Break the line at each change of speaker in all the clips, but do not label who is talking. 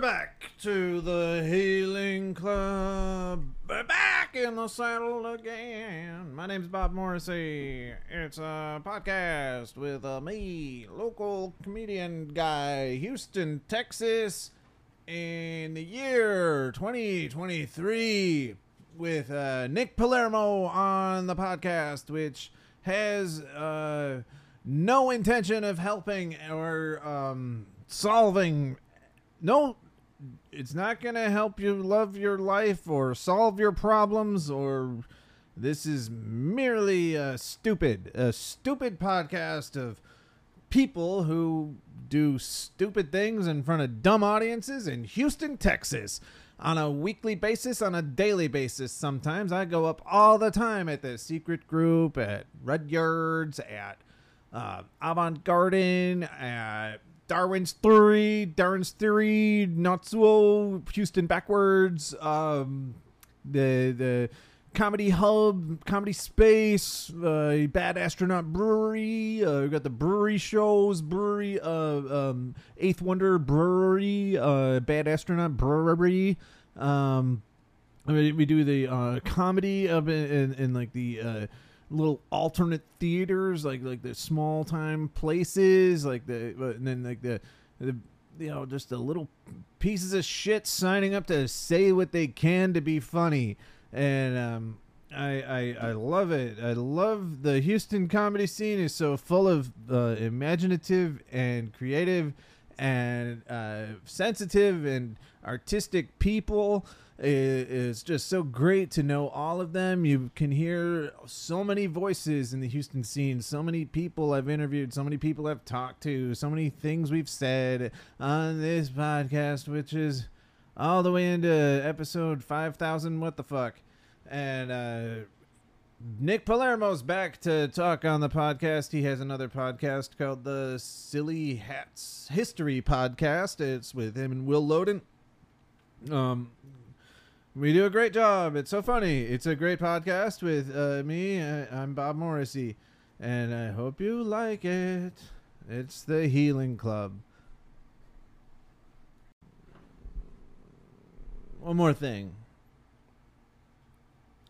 back to the Healing Club. We're back in the saddle again. My name's Bob Morrissey. It's a podcast with uh, me, local comedian guy, Houston, Texas, in the year 2023, with uh, Nick Palermo on the podcast, which has uh, no intention of helping or um, solving no it's not going to help you love your life or solve your problems or this is merely a stupid a stupid podcast of people who do stupid things in front of dumb audiences in Houston, Texas on a weekly basis, on a daily basis sometimes. I go up all the time at the secret group, at Rudyard's, at uh, Avant Garden, at Darwin's Theory, Darwin's Theory, Natsuo, Houston Backwards, um, the the Comedy Hub, Comedy Space, uh, Bad Astronaut Brewery. Uh, we got the brewery shows, brewery, uh, um, Eighth Wonder Brewery, uh, Bad Astronaut Brewery. Um, I mean, we do the uh, comedy of in, in, in like the uh, little alternate theaters, like like the small time places, like the but- and then like the the you know just the little pieces of shit signing up to say what they can to be funny, and um, I, I I love it. I love the Houston comedy scene is so full of uh, imaginative and creative and uh, sensitive and artistic people. I- It's just so great to know all of them. You can hear so many voices in the Houston scene, so many people I've interviewed, so many people I've talked to, so many things we've said on this podcast, which is all the way into episode 5000. What the fuck? And, uh, Nick Palermo's back to talk on the podcast. He has another podcast called the Silly Hats History Podcast. It's with him and Will Loden. Um, we do a great job. It's so funny. It's a great podcast with uh, me. I, I'm Bob Morrissey, and I hope you like it. It's the Healing Club. One more thing.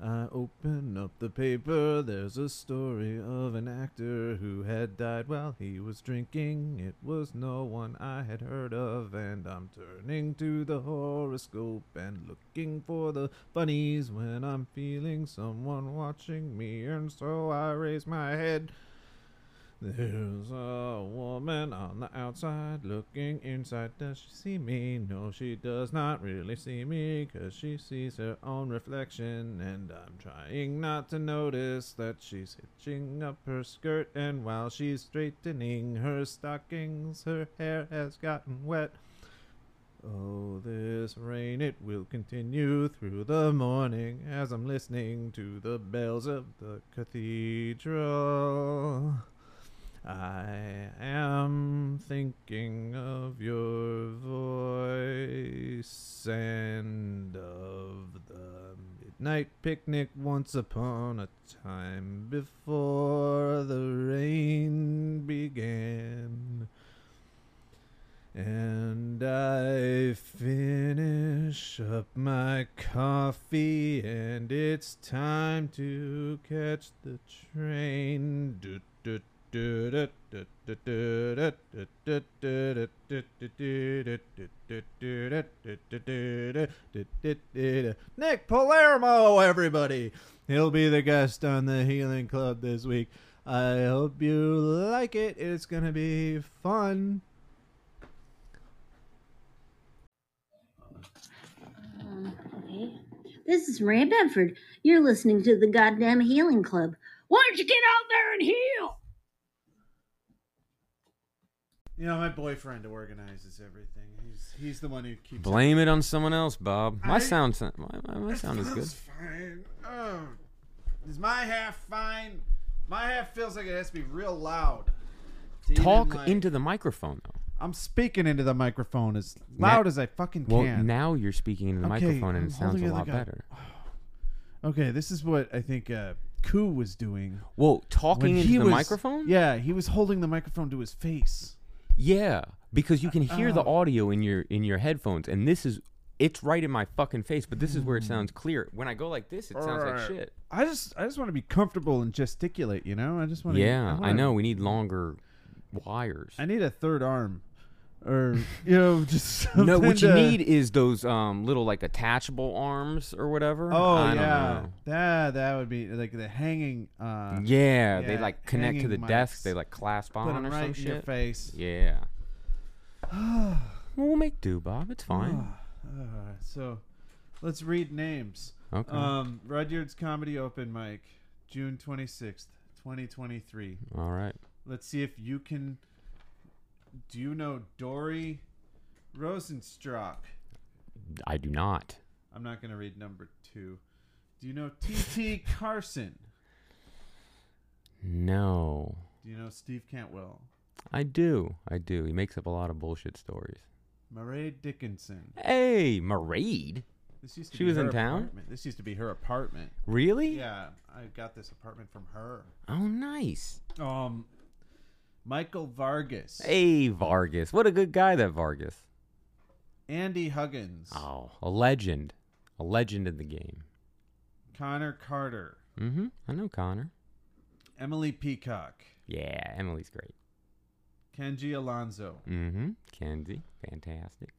I open up the paper. There's a story of an actor who had died while he was drinking. It was no one I had heard of, and I'm turning to the horoscope and looking for the funnies when I'm feeling someone watching me, and so I raise my head. There's a woman on the outside looking inside. Does she see me? No, she does not really see me, 'cause she sees her own reflection. And I'm trying not to notice that she's hitching up her skirt. And while she's straightening her stockings, her hair has gotten wet. Oh, this rain, it will continue through the morning as I'm listening to the bells of the cathedral. I am thinking of your voice and of the midnight picnic once upon a time before the rain began. And I finish up my coffee, and it's time to catch the train. Do, do, do, do, do, do, do, do, do, do, do, do, do, do, do, do, do, do, do, do, do, do, do, do. Nick Palermo, everybody! He'll be the guest on the Healing Club this week. I hope you like it. It's going to be fun.
This is Ray Bedford. You're listening to the goddamn Healing Club. Why don't you get out there and heal?
You know, my boyfriend organizes everything. He's he's the one who keeps.
Blame it on someone else, Bob. My
I-
sound, sound my, my, my sound is good.
That's Fine. Oh. Is my half fine? My half feels like it has to be real loud. to even,
Talk
like-
into the microphone though.
I'm speaking into the microphone as loud as I fucking
Well,
can.
now you're speaking into the
Okay,
microphone and
I'm
it sounds
holding
a
it like
lot
a-
better.
okay, this is what I think uh, Koo was doing.
Well,
when
talking into
he
the
was-
microphone?
Yeah, he was holding the microphone to his face.
Yeah, because you can hear the
Oh.
audio in your in your headphones, and this is it's right in my fucking face. But this is where it sounds
Hmm.
clear. When I go like this, it sounds like
Alright.
shit.
I just I just want to be comfortable and gesticulate, you know? I just want to
Yeah, I know. We need longer wires.
I need a third arm. Or you know, just something
No, what you
to-
need is those um, little like attachable arms or whatever.
Oh yeah,
I Don't know.
that that would be like the hanging. Uh,
Yeah, they
Yeah,
like connect to the
hanging mics.
desk. They like clasp
put
on
'em
or
right
some
in
shit.
your face.
Yeah. well, we'll make do, Bob. It's fine.
Uh, so, let's read names.
Okay.
Um, Rudyard's Comedy Open Mic, June twenty sixth, twenty twenty three.
All right.
Let's see if you can. Do you know Dory Rosenstruck?
I do not.
I'm not gonna read number two. Do you know T.T. Carson?
No.
Do you know Steve Cantwell?
I do. I do. He makes up a lot of bullshit stories.
Marae Dickinson.
Hey, Maraid.
This used to
She
be
was
her
in town?
apartment. This used to be her apartment.
Really?
Yeah, I got this apartment from her.
Oh, nice.
Um, Michael Vargas,
Hey, Vargas. What a good guy that Vargas.
Andy Huggins,
Oh, a legend. A legend in the game.
Connor Carter,
Mm-hmm. I know Connor.
Emily Peacock,
Yeah, Emily's great.
Kenji Alonso,
Mm-hmm. Kenzie. Fantastic.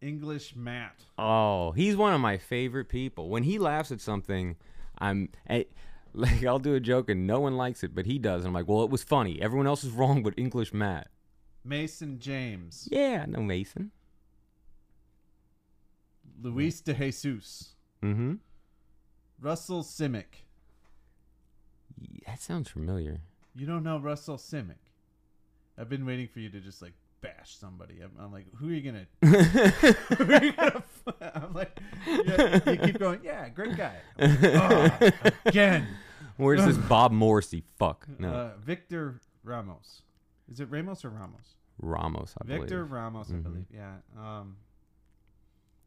English Matt.
Oh, he's one of my favorite people. When he laughs at something, I'm I, like, I'll do a joke and no one likes it, but he does. And I'm like, well, it was funny. Everyone else is wrong, but English Matt.
Mason James,
Yeah, no Mason.
Luis de Jesus,
Mm-hmm.
Russell Simic.
That sounds familiar.
You don't know Russell Simic. I've been waiting for you to just like bash somebody. I'm, I'm like, who are you gonna? who are you gonna f- I'm like, yeah, you keep going. Yeah, great guy. I'm like, "Ah, again,
Where's this Bob Morrissey? Fuck. No.
uh, Victor Ramos. Is it Ramos or Ramos?
Ramos, I
Victor
believe.
Ramos, I
Mhm.
believe. Yeah. Um,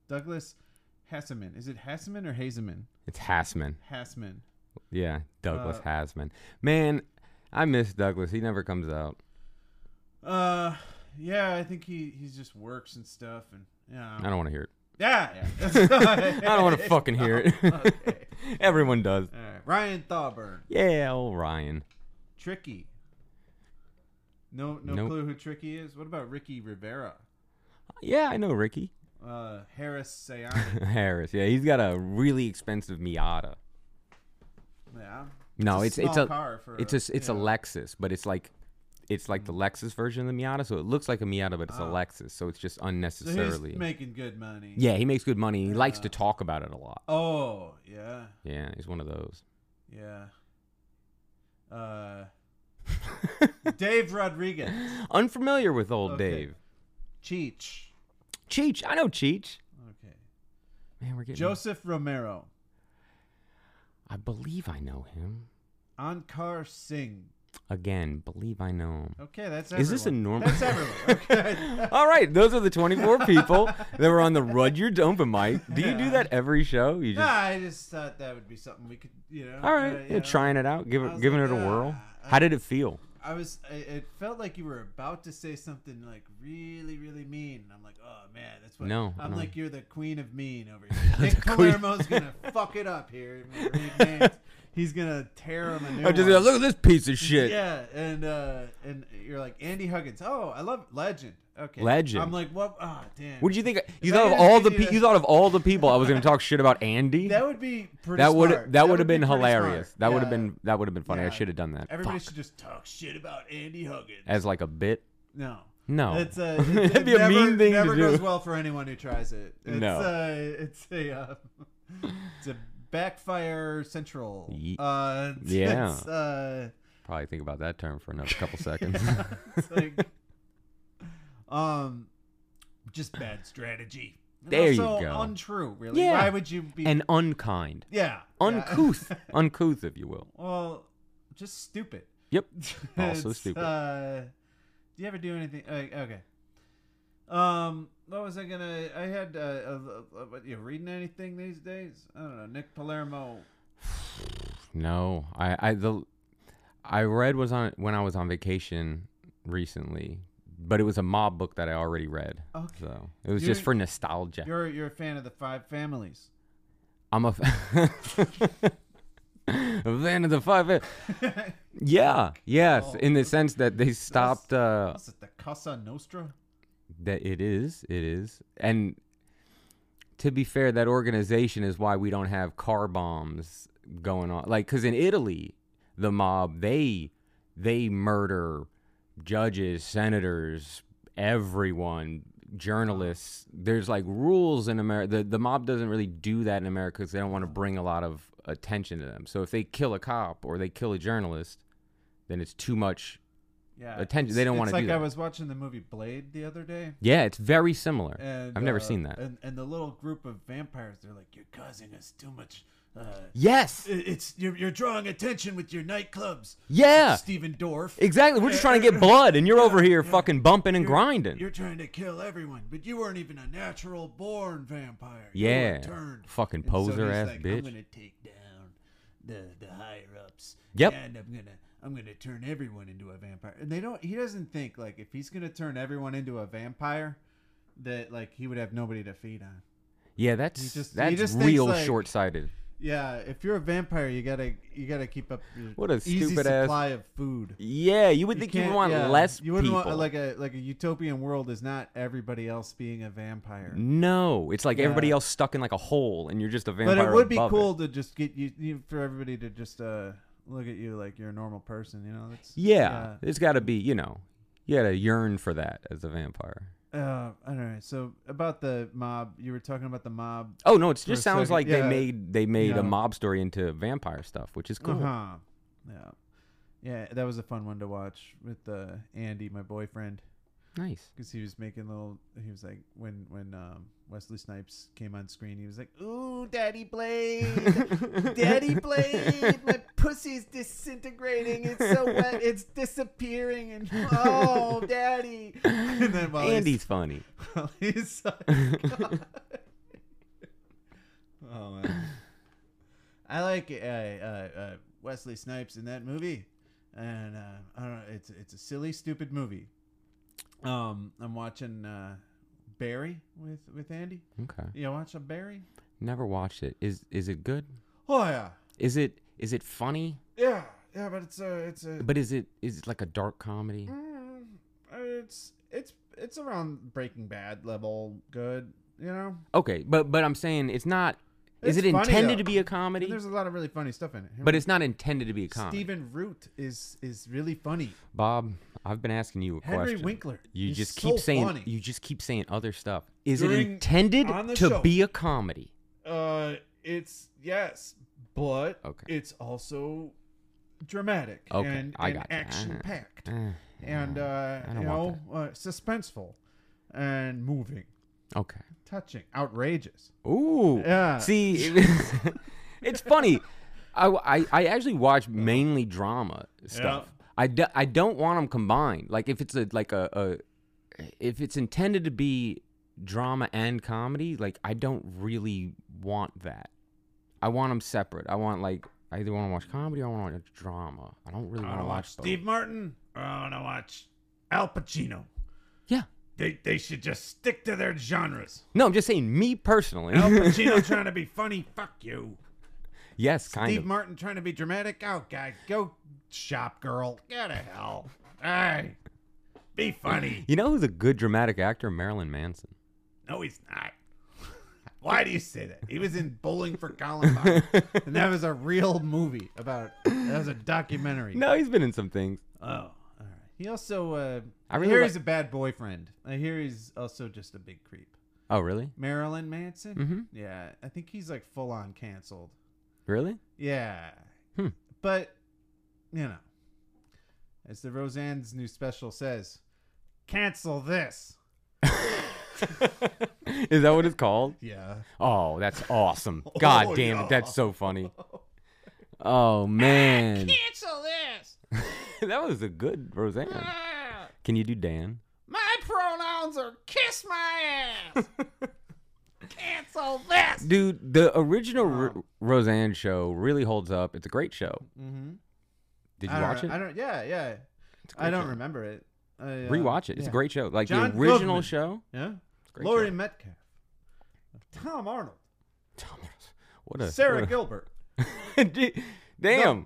Douglas Hasseman. Is it Hasseman or Hazeman?
It's Hassman.
Hasseman.
Yeah, Douglas
Uh,
Hasman. Man, I miss Douglas. He never comes out.
Uh, yeah, I think he he just works and stuff, and yeah.
I don't want to hear it.
yeah, yeah.
I don't want to fucking hear it.
Okay.
Everyone does.
All right. Ryan Thawburn.
Yeah, old Ryan.
Tricky. No, no
Nope.
clue who Tricky is. What about Ricky Rivera?
Yeah, I know Ricky
Uh, Harris Sayani.
Harris. Yeah, he's got a really expensive Miata.
yeah.
No,
a
it's it's
small
a
car for
it's a it's
yeah. Mm.
a Lexus, but it's like it's like the Lexus version of the Miata, so it looks like a Miata, but it's a Lexus, so it's just
Ah. So
unnecessarily.
he's making good money.
yeah, he makes good money. He likes to talk about it a lot.
Oh yeah,
Yeah, he's one of those.
yeah. Uh, Dave Rodriguez,
Unfamiliar with old
Okay.
Dave.
Cheech.
Cheech, I know Cheech.
Okay.
Man, we're getting.
Joseph Romero,
I believe I know him.
Ankar Singh.
Again, believe I know him.
Okay, that's everyone.
Is this a normal-
That's everyone. Okay.
All right, those are the 24 people that were on the Rudyard Open mic. Do you do that every show? You just
Nah, I just thought that would be something we could, you know.
all right,
uh, you
yeah,
know.
trying it out,
I
giving
was
giving
like,
it a whirl.
"Ah, I-
How did it feel?
I was. I, it felt like you were about to say something like really, really mean. And I'm like, oh man, that's what.
No,
I'm
no.
like, you're the queen of mean over here. Nick
The queen.
Palermo's gonna fuck it up here. I'm gonna read names. He's gonna tear him a new
I just
one.
look at this piece of shit.
Yeah, and uh, and you're like Andy Huggins. Oh, I love legend. Okay,
Legend.
I'm like, what? Oh, damn.
What did you think? You
If I
thought of
didn't
all
give
the
you
pe-
that-
you thought of all the people I was going to talk shit about Andy.
That would be pretty.
That would
smart.
that would have
be
been
pretty smart.
hilarious. That would have
Yeah.
been that would have been funny.
Yeah.
I should have done that.
Everybody
Fuck.
should just talk shit about Andy Huggins.
as like a bit.
No.
No.
It's a, it,
That'd
it
be a
never,
mean thing to
never goes
do.
well for anyone who tries it. It's
No.
uh, it's a uh, It's a backfire central.
Ye-
Uh,
Yeah.
It's, uh,
Probably think about that term for another couple seconds.
it's like, um, just bad strategy. And
There you
also
go.
Untrue, really.
Yeah.
Why would you be?
and unkind,
yeah. yeah.
uncouth, uncouth, if you will.
well, just stupid.
Yep. Also
It's,
Oh, stupid.
Uh, do you ever do anything? Uh, okay. Um, what was I gonna? I had uh, uh, uh, what, you reading anything these days? I don't know. Nick Palermo.
No, I, I the I read was on when I was on vacation recently, but it was a mob book that I already read.
Okay.
So it was
Oh.
just
You're-
for nostalgia.
You're you're a fan of the Five Families.
I'm a f- a fan of the five. Yeah, yes,
Oh.
in the sense that they stopped. Uh,
What's it? The Casa Nostra.
that it is, it is, and to be fair, that organization is why we don't have car bombs going on. Like, because in Italy, the mob they they murder judges, senators, everyone, journalists. There's like rules in America. The, the mob doesn't really do that in America because they don't want to bring a lot of attention to them. So if they kill a cop or they kill a journalist, then it's too much.
Yeah.
Attention- they don't
it's-
wanna
It's
do
like I
that.
was watching the movie Blade the other day.
Yeah, it's very similar.
And,
I've never
uh,
seen that.
And, and the little group of vampires, they're like, "You're causing us too much. Uh,
yes.
it- it's you're, you're drawing attention with your nightclubs."
Yeah.
Stephen Dorff. Uh,
Exactly. We're just trying to get blood, and you're over here fucking bumping and
You're-
grinding.
You're trying to kill everyone, but you weren't even a natural born vampire. You were
Yeah.
turned.
Fucking
And so
poser
he's
ass
like, I'm
bitch.
gonna take down the the higher ups.
Yep.
And I'm gonna I'm gonna turn everyone into a vampire. And they don't. He doesn't think like if he's gonna turn everyone into a vampire, that like he would have nobody to feed on.
Yeah, that's
He just- he
that's
just thinks,
real
like-
short sighted.
Yeah. If you're a vampire, you gotta you gotta keep up your
What a
easy
stupid ass-
supply of food.
Yeah, you would think you would
can't-
want
yeah,
less
You wouldn't
people.
want like a like a utopian world is not everybody else being a vampire.
no, it's like everybody
Yeah.
else stuck in like a hole, and you're just a vampire.
But it would be
above
cool to just get you, you for everybody to just uh look at you like you're a normal person. You know, that's
Yeah, it's got to be. You know, you got to yearn for that as a vampire.
yeah. Uh, I don't know. So about the mob, you were talking about the mob.
Oh no, it
For a
just sounds
second,
like
yeah.
they made they made
Yeah.
a mob story into vampire stuff, which is cool.
Uh-huh. Yeah, yeah. That was a fun one to watch with uh, Andy, my boyfriend,
Nice.
because he was making little. He was like when when um, Wesley Snipes came on screen, he was like, "Ooh, Daddy Blade." Daddy Blade, my pussy's disintegrating. It's so wet, it's disappearing. And oh, Daddy. And then while
Andy's funny.
he's, while he's oh man, I like uh, uh, uh, Wesley Snipes in that movie, and uh, I don't know. It's it's a silly, stupid movie. Um, I'm watching uh, Barry with with Andy.
Okay.
You watch a Barry?
Never watched it. Is is it good?
Oh yeah,
Is it is it funny?
yeah, yeah. But it's a it's a
But is it is it like a dark comedy?
Mm, it's it's it's around Breaking Bad level good, you know.
Okay, but but I'm saying it's not. Is
It's
it
funny,
intended
though.
to be a
And
comedy?
there's a lot of really funny stuff in it.
But it's not intended to be a comedy.
Stephen Root is is really funny.
Bob, I've been asking you a
Henry
question.
Winkler.
You
is
just
so
keep saying
funny.
you just keep saying other stuff. Is it
During-
intended
on the
to
show.
be a comedy?
Uh, it's yes, but
Okay.
it's also dramatic
Okay,
and,
I
and
got you.
action packed
Eh,
and uh,
I
you
don't want
know uh, suspenseful and moving,
okay.
touching, outrageous.
Ooh.
Yeah.
See, it's funny. I, I, I actually watch mainly drama stuff. I, do, I don't want them combined. Like if it's a like a, a if it's intended to be drama and comedy, like I don't really want that. I want them separate. I want like I either want to watch comedy or I want to watch drama. I don't really
I want
want to
to watch
watch both.
Steve Martin. Or I want to watch Al Pacino.
Yeah.
They, they should just stick to their genres.
No, I'm just saying me personally.
Al Pacino trying to be funny, fuck you.
yes, kind
Steve
of.
Martin trying to be dramatic, oh guy, go shop girl, get a hell. Hey, be funny.
you know who's a good dramatic actor? Marilyn Manson.
No, he's not. Why do you say that? He was in Bowling for Columbine, and that was a real movie about. That was a documentary.
No, he's been in some things.
Oh, all right. He also. Uh,
I
I
really
hear
like-
Uh, he's a bad boyfriend. I hear he's also just a big creep.
Oh, really?
Marilyn Manson.
Mm-hmm.
Yeah, I think he's like full on canceled.
Really?
Yeah.
Hmm.
But, you know, as the Roseanne's new special says, cancel this.
Is that what it's called?
Yeah.
Oh, that's awesome. God
Oh,
damn
yeah.
it, that's so funny. Oh man.
Cancel this.
that was a good Roseanne.
Ah,
Can you do Dan?
my pronouns are kiss my ass. cancel this.
Dude, the original
Wow.
Ro- Roseanne show really holds up. It's a great show.
Mm-hmm.
Did you
I don't
watch
re-
it?
I don't. Yeah, yeah.
It's a great
I don't
show.
remember it. I, uh,
Rewatch it. It's
yeah.
a great show. Like
John
the original
Goodman.
show.
Yeah.
It's a great
Laurie
show.
Metcalf. Tom Arnold.
Tom- What a
Sarah
what
Gilbert.
a- Gee, Damn.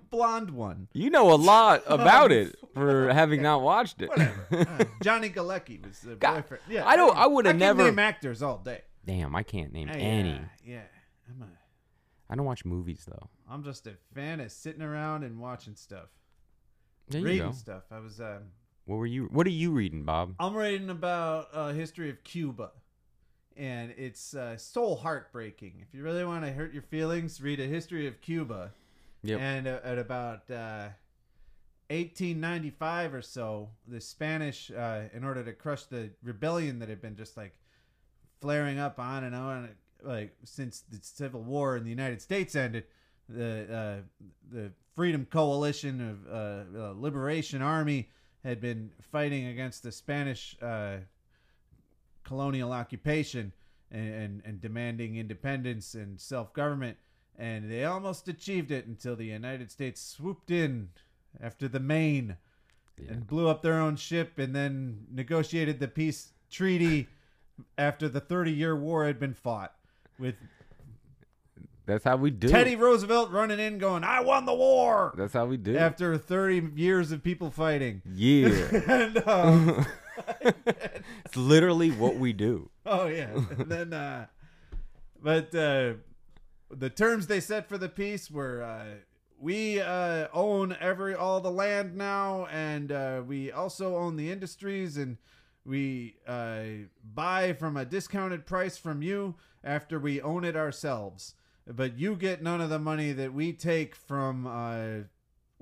The blonde one.
You know a lot about
Um,
it for having not watched it.
Whatever. Uh, Johnny Galecki was the
God,
boyfriend. Yeah,
I don't-
can-
I would've
can
never-
name actors all day.
Damn, I can't name
Yeah,
any.
Yeah, I'm a,
I don't watch movies though.
I'm just a fan of sitting around and watching stuff,
There you
reading
go.
stuff. I was, um,
What were you? What are you reading, Bob?
I'm reading about uh, history of Cuba, and it's uh, soul heartbreaking. If you really want to hurt your feelings, read a history of Cuba.
Yep.
And uh, at about uh, 1895 or so, the Spanish, uh, in order to crush the rebellion that had been just like flaring up on and on, like since the Civil War in the United States ended, the uh, the Freedom Coalition of uh, uh, Liberation Army had been fighting against the Spanish uh, colonial occupation and, and, and demanding independence and self government. And they almost achieved it until the United States swooped in after the Maine
Yeah.
and blew up their own ship and then negotiated the peace treaty after the 30 year war had been fought with
That's how we do.
Teddy
it.
Roosevelt running in going, I won the war
That's how we do. it.
after 30 years of people fighting.
yeah.
and, uh,
it's literally what we do.
Oh yeah. And then uh but uh the terms they set for the peace were uh we uh own every all the land now and uh we also own the industries and we uh buy from a discounted price from you after we own it ourselves. But you get none of the money that we take from uh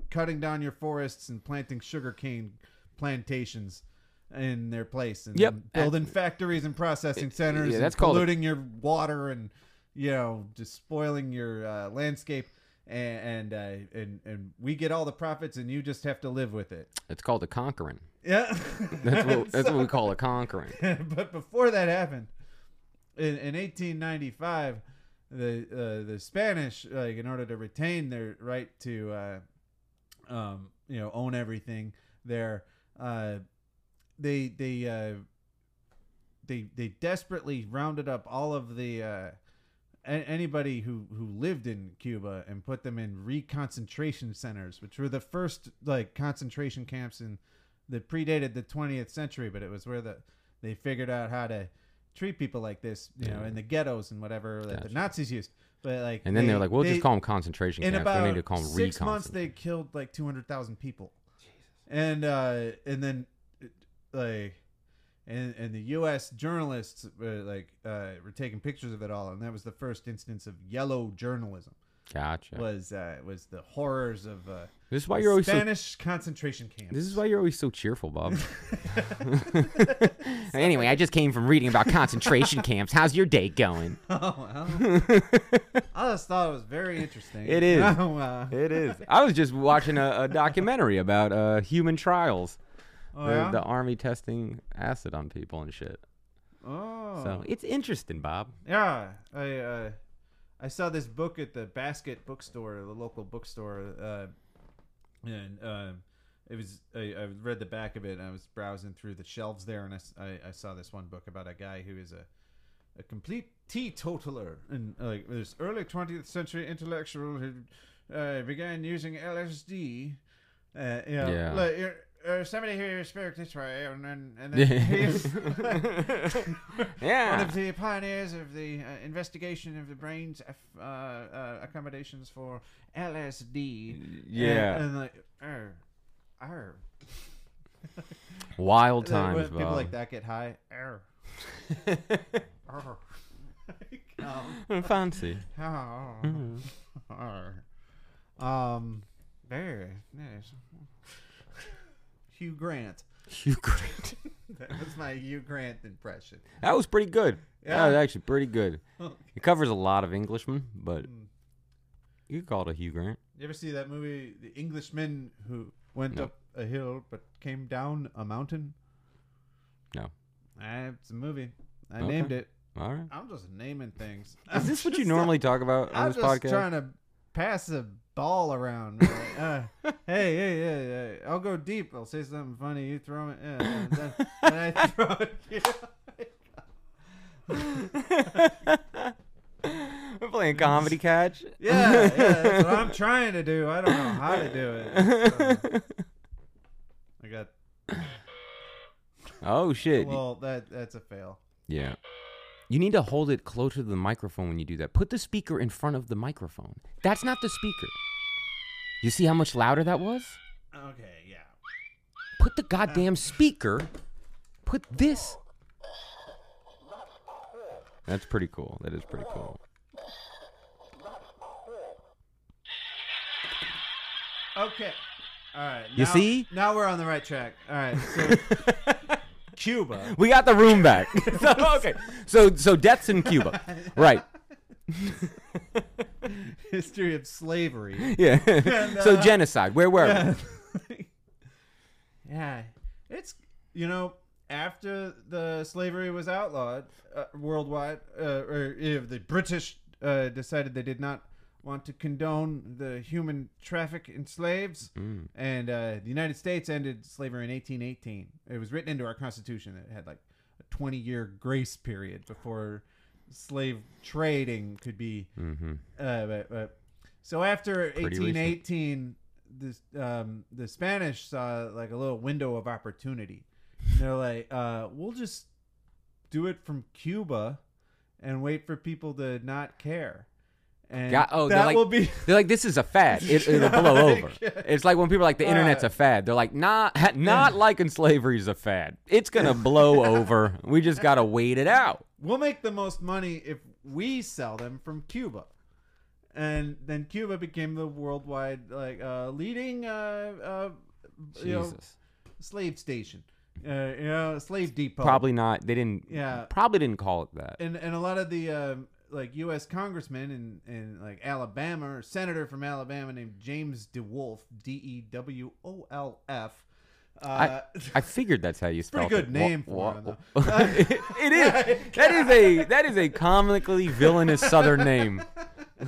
cutting down your forests and planting sugarcane plantations in their place and
Yep.
building factories and processing centers
yeah,
and
that's called a-
polluting your water and you know just spoiling your uh, landscape and and, uh, and and we get all the profits and you just have to live with it
It's called a conquering.
yeah
That's what that's what we call a conquering.
but before that happened, in, in 1895, the uh, the Spanish, like in order to retain their right to, uh, um, you know, own everything, there, uh, they they uh, they they desperately rounded up all of the. Uh, a- Anybody who, who lived in Cuba and put them in reconcentration centers, which were the first like concentration camps in that predated the 20th century, but it was where the they figured out how to treat people like this, you know,
Yeah.
in the ghettos and whatever that the
Gotcha.
Nazis used. But like,
And then they, are like, "We'll just call them concentration
in
camps.
about
We need to call them
six
reconcentration."
months they killed like 200,000 people. And uh, and then it- like. And, and the U.S. journalists were like uh, were taking pictures of it all, and that was the first instance of yellow journalism.
gotcha.
Was uh, was the horrors of uh,
this is why you're always so.
Spanish concentration camps.
This is why you're always so cheerful, Bob. anyway, I just came from reading about concentration camps. How's your day going?
Oh, well. I just thought it was very interesting.
It is.
Oh, uh,
It is. I was just watching a, a documentary about uh, human trials.
oh,
the,
yeah?
the army testing acid on people and shit.
Oh.
So it's interesting, Bob.
yeah. I uh, I saw this book at the Basket Bookstore, the local bookstore, uh, and um it was I, I read the back of it. and I was browsing through the shelves there, and I s- I, I saw this one book about a guy who is a a complete teetotaler and like this early 20th century intellectual who uh, began using LSD. Uh, you know,
Yeah.
Like, you're, uh, somebody here spoke this way, and then, and then he
Yeah.
one of the pioneers of the uh, investigation of the brain's uh, uh, accommodations for LSD.
Yeah.
and, and like, er, er.
Wild
Like, when
times,
people
Bob.
like that get high. Er, er. um,
Fancy. Mm-hmm.
um, there, there's Hugh Grant.
Hugh Grant.
That was my Hugh Grant impression.
That was pretty good. That was
Yeah.
actually pretty good.
Okay.
It covers a lot of Englishmen, but
Mm.
you could call it a Hugh Grant.
You ever see that movie, The Englishman Who Went
No.
Up a Hill But Came Down a Mountain?
No.
Uh, it's a movie. I
Okay.
named it.
All right.
I'm just naming things.
Is this what you normally talk about on
I'm
this
just
podcast?
trying to pass a ball around. right? Uh, hey, hey, hey, hey, I'll go deep. I'll say something funny. You throw it. Yeah, and then, then I throw it.
We're playing comedy catch.
Yeah, yeah, that's what I'm trying to do. I don't know how to do it. So, I got
oh shit.
well. That that's a fail.
Yeah. You need to hold it closer to the microphone when you do that. Put the speaker in front of the microphone. That's not the speaker. You see how much louder that was?
Okay, yeah.
Put the goddamn speaker. Put this. That's pretty cool. That is pretty cool.
Okay. All right.
You
now-
see?
Now we're on the right track. All right. So Cuba.
We got the room back. so, okay. So so deaths in Cuba. Right.
History of slavery.
Yeah.
And,
so
uh,
genocide. Where were we?
Yeah. yeah. It's you know after the slavery was outlawed uh, worldwide, uh, or if the British uh, decided they did not want to condone the human traffic in slaves, and uh, the United States ended slavery in 1818. It was written into our Constitution. that It had like a 20 year grace period before slave trading could be. Uh, but, but, so after
Pretty
1818, this um, the Spanish saw like a little window of opportunity. And they're like, uh, we'll just do it from Cuba and wait for people to not care. And
Got- oh, they're
that
like-
will be
They're like, this is a fad. It, it'll blow over. It's like when people are like, the internet's a fad. They're like, nah, not liking slavery is a fad. It's going to blow over. We just got to wait it out.
we'll make the most money if we sell them from Cuba. And then Cuba became the worldwide like uh, leading uh, uh, you know,
Jesus.
slave station, uh, you know, slave depot.
Probably not. They didn't,
Yeah.
probably didn't call it that.
and and a lot of the um, like U.S. congressmen in in like Alabama or senator from Alabama named James DeWolf, D E W O L F. Uh,
I figured that's how you spell it.
pretty good name
Wa-
for
wa-
him,
wa- It it is. That is a that is a comically villainous Southern name.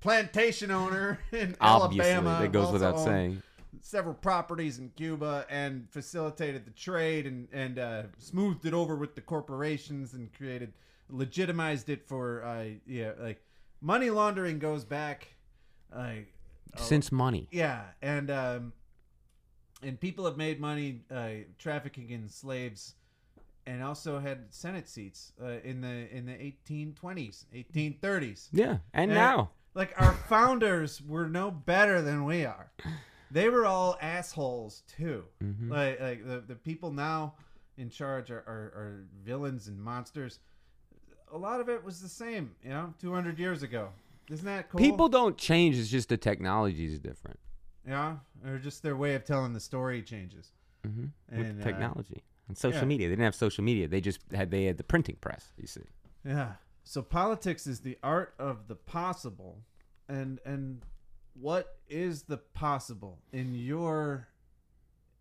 plantation owner in
Obviously,
Alabama.
that goes
also
without
owned
saying.
Several properties in Cuba and facilitated the trade and and uh, smoothed it over with the corporations and created legitimized it for uh, yeah like money laundering goes back like
Since money.
Oh. Yeah, and um, and people have made money uh, trafficking in slaves, and also had Senate seats uh, in the in the eighteen twenties, eighteen thirties.
Yeah. And now.
like our founders were no better than we are. They were all assholes too. Like like the the people now in charge are, are, are villains and monsters. A lot of it was the same, you know, two hundred years ago. Isn't that cool?
People don't change. It's just the technology is different.
Yeah, or just their way of telling the story changes. Mm-hmm.
with the technology and social
yeah.
media. They didn't have social media. They just had they had the printing press. You see,
yeah. So politics is the art of the possible, and and what is the possible in your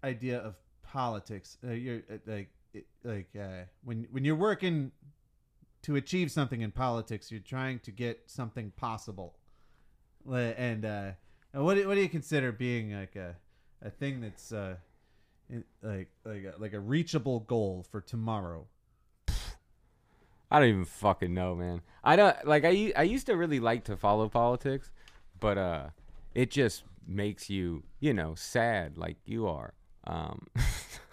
idea of politics? Uh, you're uh, like it- like uh, when when you're working to achieve something in politics, you're trying to get something possible. Le- And uh, and what do, what do you consider being like a a thing that's uh, in- like like a, like a reachable goal for tomorrow?
I don't even fucking know, man. I don't like I u- I used to really like to follow politics, but uh, it just makes you you know sad like you are. Um,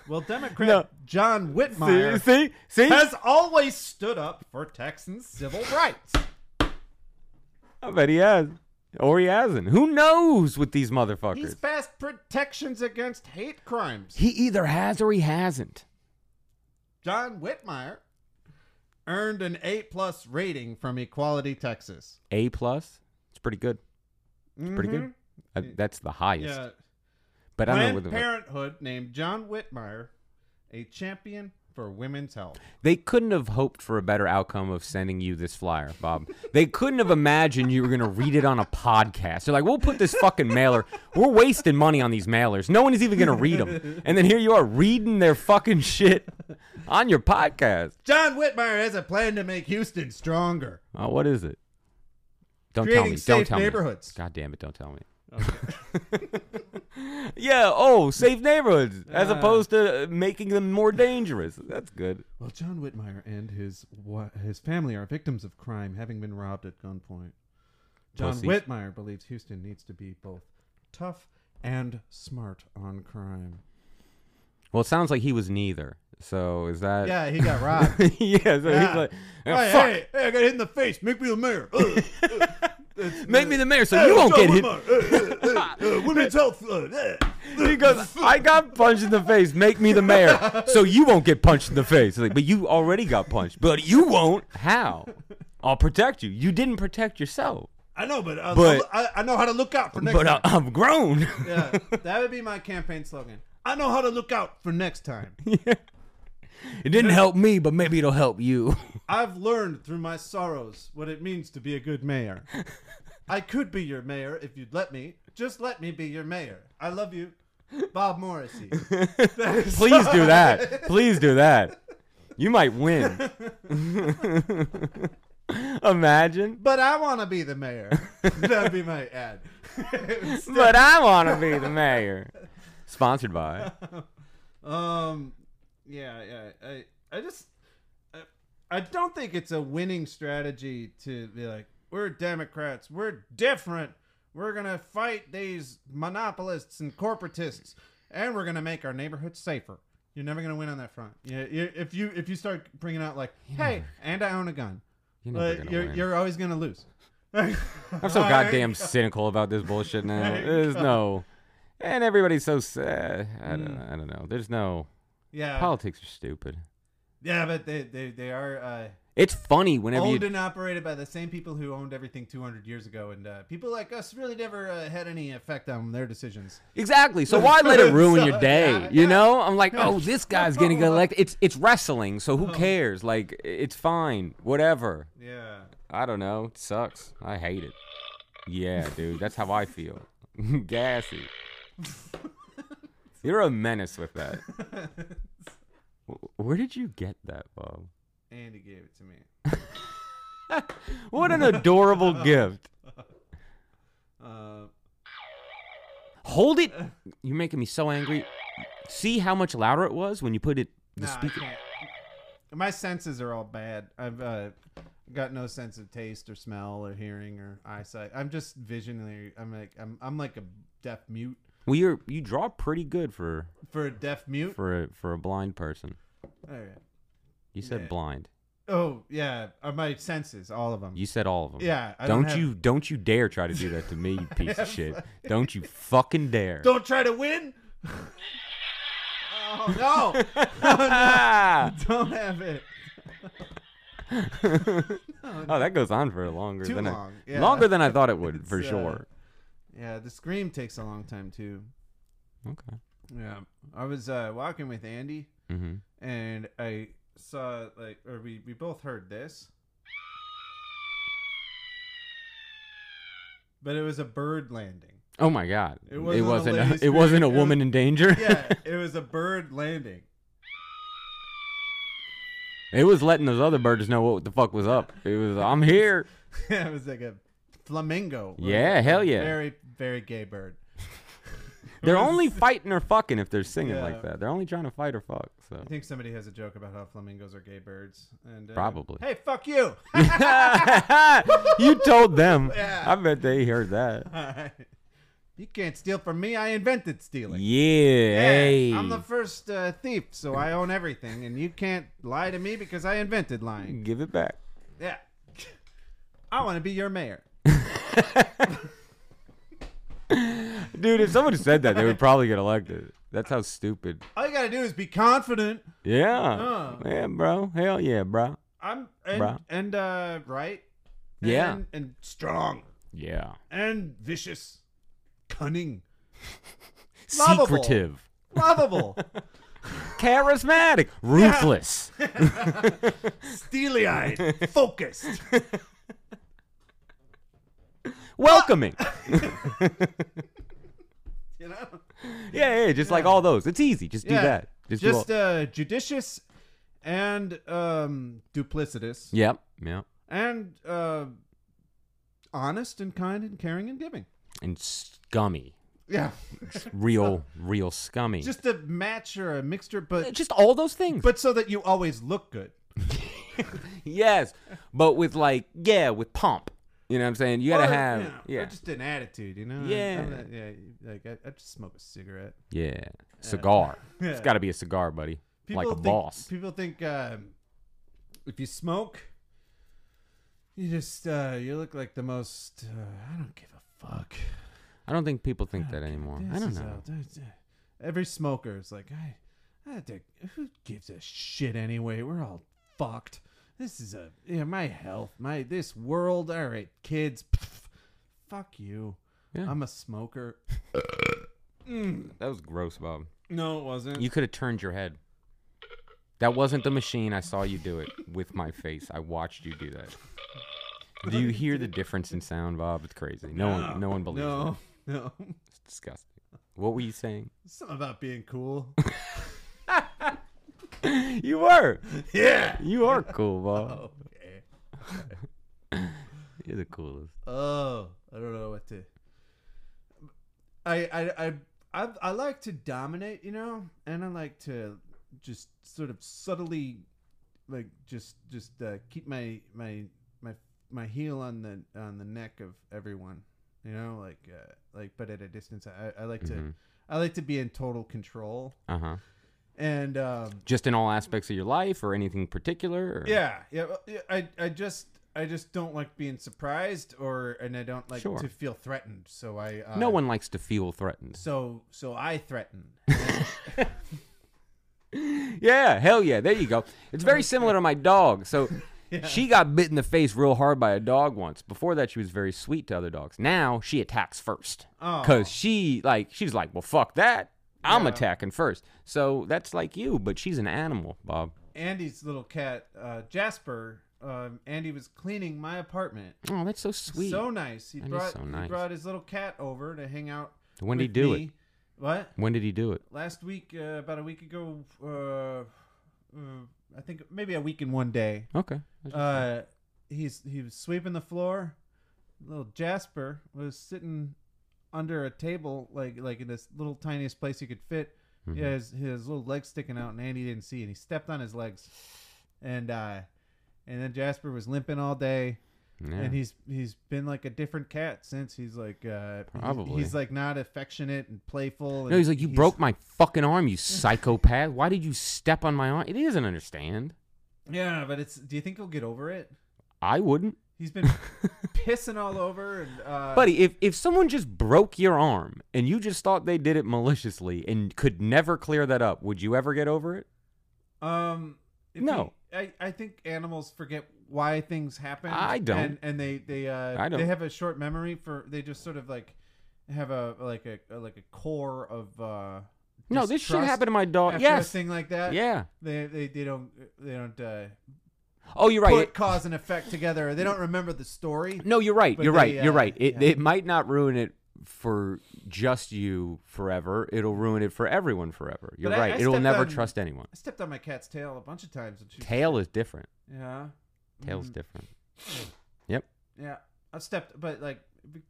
Well, Democrat
No.
John
see,
Whitmire
see, see,
has always stood up for Texan civil rights.
I bet he has, or he hasn't. Who knows with these
He's
motherfuckers?
passed protections against hate crimes.
He either has or he hasn't.
John Whitmire earned an A plus rating from Equality Texas.
A plus. It's pretty good. Pretty good. Uh, that's the highest.
Mm-hmm. Yeah.
But I don't know
Planned
whether
Parenthood named John Whitmire a champion for women's health.
they couldn't have hoped for a better outcome of sending you this flyer, Bob. they couldn't have imagined you were going to read it on a podcast. They're like, "We'll put this fucking mailer. We're wasting money on these mailers. No one is even going to read them." And then here you are reading their fucking shit on your podcast.
John Whitmire has a plan to make Houston stronger.
Oh, what is it? Don't tell
Creating
me. don't
safe
tell
neighborhoods.
me. God damn it! Don't tell me. yeah. Oh, safe neighborhoods as
Ah.
opposed to uh, making them more dangerous. That's good.
Well, John Whitmire and his wa- his family are victims of crime, having been robbed at gunpoint. John
Pussies.
Whitmire believes Houston needs to be both tough and smart on crime.
Well, it sounds like he was neither. So is that?
Yeah, he got robbed.
yeah. So
Yeah.
he's like, "Ah,
hey,
fuck,
hey, hey, I got hit in the face. Make me the mayor. Ugh.
make me the mayor, so you won't
John
get hit.
Whitmire. Uh, uh, uh, uh, women's health. uh, uh.
He goes, I got punched in the face. Make me the mayor, so you won't get punched in the face. Like, but you already got punched. But you won't. How? I'll protect you. You didn't protect yourself.
I know, but, uh,
But-
I, I know how to look out for next
but uh, I,
time.
I'm grown.
yeah, that would be my campaign slogan. I know how to look out for next time.
It didn't help me, but maybe it'll help you.
I've learned through my sorrows what it means to be a good mayor. I could be your mayor if you'd let me. Just let me be your mayor. I love you, Bob Morrissey.
Please do that. Please do that. You might win. Imagine.
But I want to be the mayor. That'd be my ad.
But I want to be the mayor. Sponsored by.
um, yeah, yeah. I, I just, I, I don't think it's a winning strategy to be like, we're Democrats, we're different, we're gonna fight these monopolists and corporatists, and we're gonna make our neighborhoods safer. You're never gonna win on that front. Yeah, you, if you if you start bringing out like, hey, and I own a gun,
You're never
like,
gonna
you're,
win.
you're always gonna lose.
I'm so goddamn cynical about this bullshit now. There's no. And everybody's so sad. I
Hmm.
don't, I don't know. There's no.
Yeah,
Politics are stupid.
yeah, but they they, they are. Uh,
It's funny whenever you
owned and operated by the same people who owned everything 200 years ago and uh, people like us really never uh, had any effect on their decisions
Exactly. So why let it ruin your
So,
day?
yeah,
you
yeah.
know, I'm like, oh, this guy's gonna get elected. It's it's wrestling, so
Oh.
who cares? Like, it's fine, whatever.
yeah
I don't know. It sucks. I hate it. Yeah, dude, that's how I feel. Gassy. You're a menace with that. W- Where did you get that, Bob?
andy gave it to me
What an adorable gift.
uh,
Hold it. You're making me so angry. See how much louder it was when you put it the
nah, I
speaker.
can't. my senses are all bad i've uh, got no sense of taste or smell or hearing or eyesight i'm just visionary i'm like i'm, I'm like a deaf mute
Well, you're you draw pretty good for
for a deaf mute
for a, for a blind person.
all right
You said
Yeah.
blind.
oh yeah uh, my senses all of them
You said all of them.
Yeah, I
don't
don't have-
you don't you dare try to do that to me, you piece of shit. Don't you fucking dare.
don't try to win oh no
Ah!
Don't have it.
oh, that goes on for longer
Too
than
long,
I,
yeah.
longer than I thought it would for
It's, uh,
sure.
Yeah, the scream takes a long time too.
Okay.
Yeah, I was uh, walking with Andy,
Mm-hmm.
and I saw like, or we we both heard this, but it was a bird landing.
Oh my god.
It wasn't a
wasn't.
lady
it wasn't a
screaming, it
woman
was-
in danger.
Yeah, it was a bird landing.
it was letting those other birds know what the fuck was up. It was. I'm here.
it was like a flamingo. It was
Yeah,
a
hell yeah.
Very very gay bird.
They're only fighting or fucking if they're singing
Yeah.
like that. They're only trying to fight or fuck. So.
I think somebody has a joke about how flamingos are gay birds, and uh,
Probably.
Hey, fuck you!
you told them.
Yeah.
I bet they heard that.
you can't steal from me. I invented stealing.
Yeah.
Yeah,
hey.
I'm the first uh, thief, so I own everything, and you can't lie to me because I invented lying.
Give it back.
Yeah. I want to be your mayor.
Dude, if someone said that, they would probably get elected. That's how stupid.
All you gotta do is be confident.
Yeah.
Huh.
Yeah, bro. Hell yeah, bro.
I'm and
Bruh.
and uh right.
Yeah.
And, and strong
Yeah.
and vicious, cunning, Lovable.
Secretive.
lovable,
Charismatic. Ruthless.
steely-eyed, focused.
Welcoming.
You know.
yeah, yeah, just like all those. It's easy. Just
Yeah.
do that. Just, do
Just
all-
uh, judicious and um duplicitous
Yep. Yep.
and uh honest and kind and caring and giving.
And scummy.
Yeah.
Real, real scummy. Just,
Just a match or a mixture but
Uh, just all those things.
but so that you always look good.
yes. But with like, yeah, with pomp. You know what I'm saying? You gotta
Or,
have
you know,
yeah.
or just an attitude, you know.
Yeah.
I'm not- yeah. Like I, I just smoke a cigarette.
Yeah. Cigar. It's
Yeah.
got to be a cigar, buddy. like a
think,
boss.
People think um, if you smoke, you just uh, you look like the most. Uh, I don't give a fuck.
I don't think people think that anymore. I
This
don't
is
know.
a- th- th- every smoker is like, I, I don't think- who gives a shit anyway? We're all fucked. This is a yeah, my health, my this world. All right, kids, pff, fuck you.
Yeah.
I'm a smoker.
That was gross, Bob.
No, it wasn't.
You could have turned your head. That wasn't the machine. I saw you do it with my face. I watched you do that. Do you hear the difference in sound, Bob? It's crazy. No one, no one believes. it.
no, no.
It's disgusting. What were you saying?
Something about being cool.
You were.
yeah.
You are cool, Bob.
Okay.
You're the coolest.
Oh, I don't know what to. I I I I, I like to dominate, you know, and I like to just sort of subtly, like just just uh, keep my my my my heel on the on the neck of everyone, you know, like uh, like but at a distance. I, I like to
Mhm.
I like to be in total control
Uh huh.
and. um
Just in all aspects of your life, or anything particular? Or?
Yeah, yeah. well, yeah, I, I just, I just don't like being surprised, or and I don't like
Sure.
to feel threatened. So I, uh,
No one likes to feel threatened.
So, so I threaten.
Yeah, hell yeah. There you go. It's very similar to my dog. So she got bit in the face real hard by a dog once. Before that, she was very sweet to other dogs. Now she attacks first.
Oh.
Because she, like, she's like, well, fuck that. I'm attacking first. So that's like you, but she's an animal, Bob.
Andy's little cat, uh, Jasper. Um, Andy was cleaning my apartment.
Oh, that's so sweet.
So nice. He
That is
brought,
so nice.
he brought his little cat over to hang out.
When did
with
he do
me.
it?
What?
When did he do it?
Last week, uh, about a week ago. Uh, uh, I think maybe a week and one day.
Okay.
Uh, he's he was sweeping the floor. Little Jasper was sitting under a table, like like in this little tiniest place he could fit.
Mm-hmm.
Yeah, his, his little legs sticking out, and Andy didn't see, and he stepped on his legs, and uh, and then Jasper was limping all day,
Yeah.
and he's he's been like a different cat since. He's like uh, he's-
Probably.
he's, like not affectionate and playful. And
no, he's like, you broke my fucking arm, you psychopath. Why did you step on my arm? It doesn't understand.
Yeah, but it's. Do you think he'll get over it?
I wouldn't.
He's been pissing all over, and uh,
Buddy, if, if someone just broke your arm and you just thought they did it maliciously and could never clear that up, would you ever get over it?
Um, if
No.
you- I, I think animals forget why things happen.
I don't.
and, and they they uh,
I don't.
they have a short memory for they just sort of like have a like a, like a core of uh.
No, this shit
distrust
happened to my dog.
After a
Yes.
thing like that.
Yeah.
they they, they don't they don't uh,
Oh, you're right.
put
It-
cause and effect together. They don't remember the story.
no, you're right.
but
You're
they,
right. You're
uh,
right. It,
yeah.
it might not ruin it for just you forever. It'll ruin it for everyone forever. You're
But I-
right.
I
It'll
stepped
never
on-
trust anyone.
I stepped on my cat's tail a bunch of times. And she,
Tail is different.
Yeah.
Tail's
Mhm.
different.
Yeah. I stepped, but like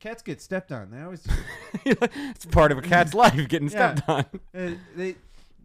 cats get stepped on. They always
it's part of a cat's life getting
Yeah.
stepped on.
Uh, they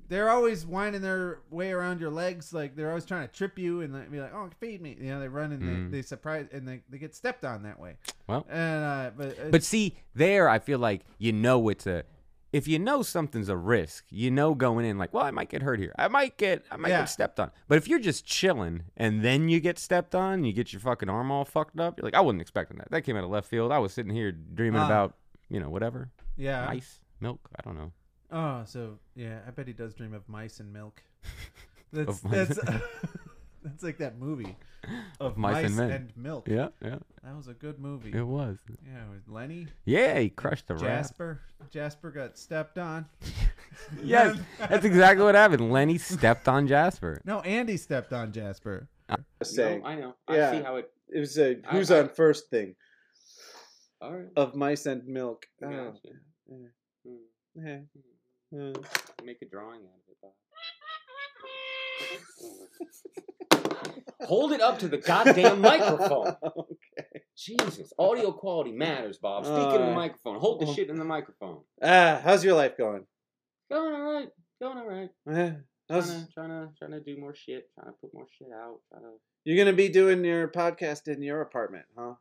they're always winding their way around your legs like they're always trying to trip you and like, be like oh feed me you know they run and
Mm.
they, they surprise and they, they get stepped on that way
Well.
and uh but uh,
But see, there I feel like you know it's a if you know something's a risk, you know going in like, well, I might get hurt here. I might get I might
Yeah.
get stepped on. But if you're just chilling and then you get stepped on, you get your fucking arm all fucked up, you're like, I wasn't expecting that. That came out of left field. I was sitting here dreaming
Ah.
about, you know, whatever.
yeah
Ice, milk, I don't know.
oh so yeah i bet he does dream of mice and milk that's
Of mice.
that's
That's like that movie
Of Mice and Men.
Milk.
Yeah, yeah,
That was a good movie.
it was.
Yeah, with Lenny,
Yeah, he crushed the rap.
Jasper. Jasper got stepped on.
Yes, that's exactly what happened. Lenny stepped on Jasper.
No, Andy stepped on Jasper.
saying.
I know.
I Yeah. see
how it.
It was a
I-
who's
I-
on first thing
All right.
of mice and milk. Oh, eh, eh.
Mm. Make a drawing out of it. Hold it up to the goddamn microphone. Jesus, audio quality matters, Bob. Speak it in the
Uh,
microphone. Hold the
well-
shit in the microphone.
ah, how's your life going?
Going all right. Going all right.
Eh,
Trying
How's,
to, trying to, trying to do more shit. Trying to put more shit out. Trying to.
you're gonna be doing your podcast in your apartment, huh?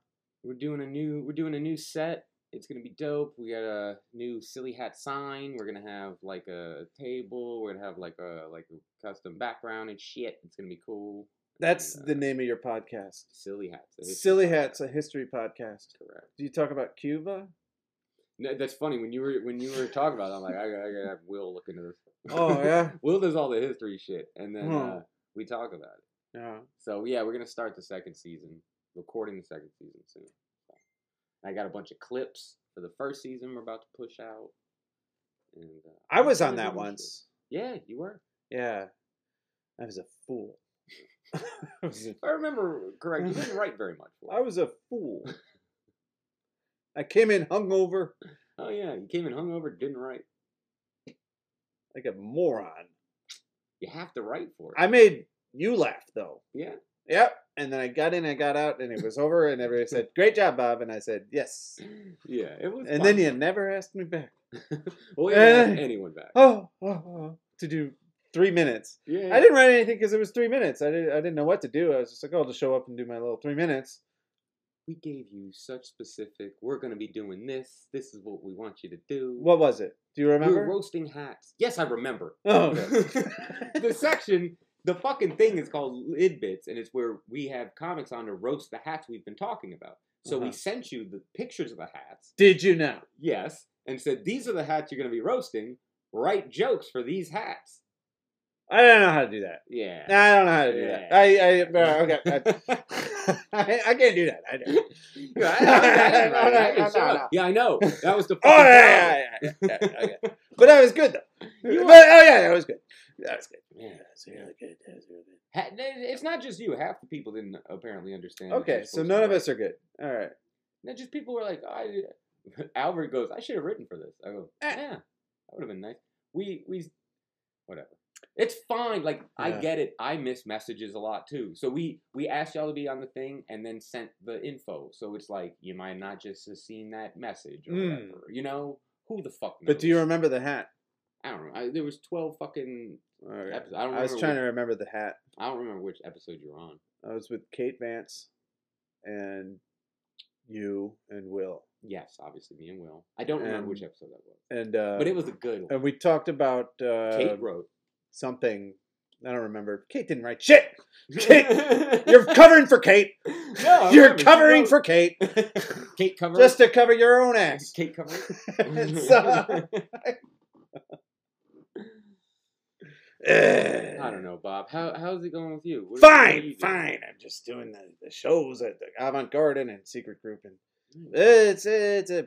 We're doing a new. We're doing a new set. It's gonna be dope. We got a new silly hat sign. We're gonna have like a table. We're gonna have like a like a custom background and shit. It's gonna be cool.
That's
And,
the
uh,
name of your podcast.
Silly hats. a history
Silly
podcast.
Hats, a history podcast.
Correct.
Do you talk about Cuba?
No, that's funny when you were when you were talking about it. I'm like, I, I gotta have Will look into this.
Oh yeah,
Will does all the history shit, and then
Hmm.
uh, we talk about it.
yeah.
So yeah, we're gonna start the second season, recording the second season soon. I got a bunch of clips for the first season we're about to push out. And uh,
I was
it's
on
gonna be
that
good shit.
once.
Yeah, you were.
Yeah, I was a fool. I was a
If I remember correct, you didn't write very much. For
I
it.
was a fool. I came in hungover
Oh yeah, you came in hungover, didn't write.
like a moron.
You have to write for it.
I made you laugh though.
yeah.
Yep. And then I got in, I got out, and it was over. And everybody said, "Great job, Bob," and I said, "Yes."
Yeah, it was.
And then
fun.
you never asked me back.
well, we haven't had
Eh.
anyone back.
Oh, oh, oh, to do three minutes.
Yeah,
I didn't write anything because it was three minutes. I didn't. I didn't know what to do. I was just like, "Oh, "I'll just show up and do my little three minutes."
We gave you such specific. We're gonna be doing this. This is what we want you to do.
What was it? Do you
we were
remember?
roasting hats. Yes, I remember.
Oh,
the section, the fucking thing is called Lidbits, and it's where we have comics on to roast the hats we've been talking about. So we
Uh-huh.
sent you the pictures of the hats.
Did you know?
Yes, and said these are the hats you're gonna be roasting. Write jokes for these hats.
I don't know how to do that.
Yeah.
I don't know how to do that. I, I uh, okay. I, I, I can't do that. I don't.
Yeah, I- I- I didn't write it.
No,
I
no,
didn't show
no,
it.
no.
Yeah, I know. That was the
Oh
fucking problem.
yeah, yeah, yeah, yeah, yeah, okay. but that was good though. But, oh yeah, that was good. That was good.
Yeah.
That was really good. That was really good.
Ha- It's not just you. Half the people didn't apparently understand. what
Okay,
you're
so
supposed
none
to
of
write.
us are good. All right.
No, just people were like, I. Albert goes, I should have written for this. I go,
Eh.
yeah, that would have been nice. We we, whatever. It's fine. Like I
Yeah.
get it. I miss messages a lot too. So we we asked y'all to be on the thing and then sent the info. So it's like you might not just have seen that message or
Mm.
whatever. You know who the fuck. Knows?
But do you remember the hat?
I don't know. I, there was twelve fucking.
All right.
Episode. I don't.
I was
remember
trying to
which-
remember the hat.
I don't remember which episode you're on.
I was with Kate Vance, and you and Will,
Yes, obviously me and Will. I don't remember which
And-
episode that was,
and uh,
but it was a good one.
And we talked about uh,
Kate wrote.
something. I don't remember. Kate didn't write shit. You're covering for Kate.
No, I
You're
remember, she
covering
wrote-
for Kate
Kate covered.
just to cover your own ass.
Kate covered.
It's, uh,
I don't know, Bob. How how's it going with you? What- what are
Fine,
you doing?
fine. I'm just doing the, the shows at the Avant Garden and Secret Group, and
Hmm.
it's it's a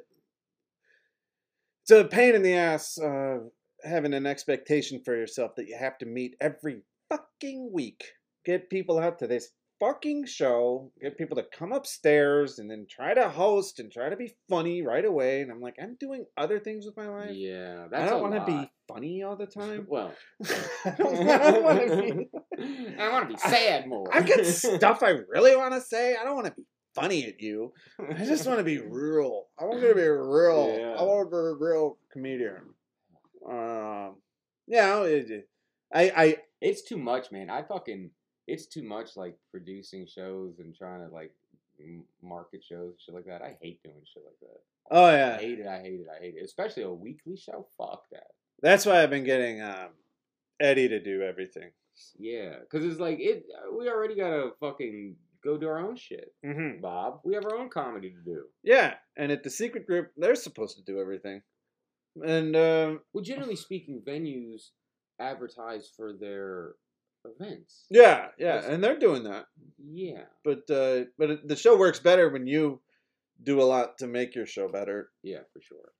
it's a pain in the ass uh, having an expectation for yourself that you have to meet every fucking week. Get people out to this fucking show. Get people to come upstairs and then try to host and try to be funny right away. And I'm like, I'm doing other things with my life.
Yeah, that's
I don't
want to
be funny all the time.
Well,
I don't, I don't want to be.
I want to be sad more.
I've got stuff I really want to say. I don't want to be funny at you. I just want to be real. I want to be real.
Yeah.
I want to be a real comedian. Um, yeah, it, it- I, I,
It's too much, man. I fucking it's too much like producing shows and trying to like m- market shows and shit like that. I hate doing shit like that.
oh
I
yeah,
hate it. I hate it. I hate it. Especially a weekly show. Fuck that.
that's why I've been getting um, Eddie to do everything.
Yeah, because it's like it. uh, We already gotta fucking go do our own shit,
hmm
Bob. We have our own comedy to do.
Yeah, and at the secret group, they're supposed to do everything. And um,
Well, generally speaking, venues advertise for their events.
Yeah, yeah,
Yes.
and they're doing that,
Yeah.
but uh, but it, the show works better when you do a lot to make your show better.
Yeah, for sure.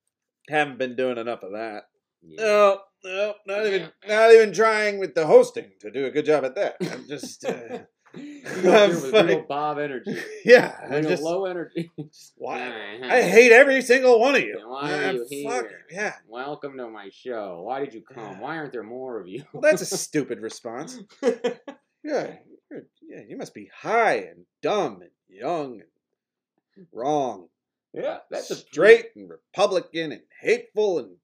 Haven't been doing enough of that.
Yeah.
No, no, not even not even trying with the hosting to do a good job at that. I'm just, uh,
you go out there with
I'm
real
fucking-
Bob energy.
yeah,
Real
I just
low energy.
why I hate every single one of you.
Yeah, why are
I'm
you here?
fucking- Yeah,
Welcome to my show. Why did you come? Why aren't there more of you?
well, that's a stupid response. Yeah, you're, yeah, you must be high and dumb and young and wrong.
yeah, that's a
straight and Republican and hateful and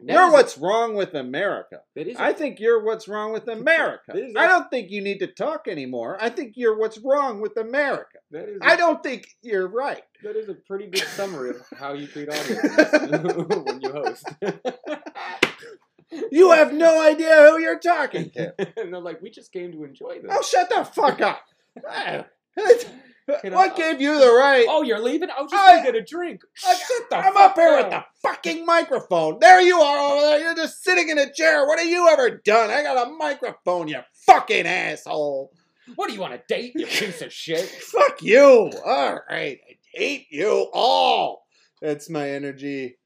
That
you're
is-
what's wrong with America.
That is a-
I think you're what's wrong with America.
It is
I don't think you need to talk anymore. I think you're what's wrong with America.
that is a-
I don't think you're right.
That is a pretty good summary of how you treat
Oh,
audiences when you host.
You have no idea who you're talking to.
and they're like, we just came to enjoy this.
Oh, shut the fuck up. Ah,
Can I-
what gave you the right?
Oh, you're leaving? I was just
I-
gonna get a drink.
Shut the I'm up here with the fucking microphone. There you are over there. You're just sitting in a chair. What have you ever done? I got a microphone, you fucking asshole.
What do you want to date, you piece of shit?
Fuck you. All right. I hate you all. That's my energy.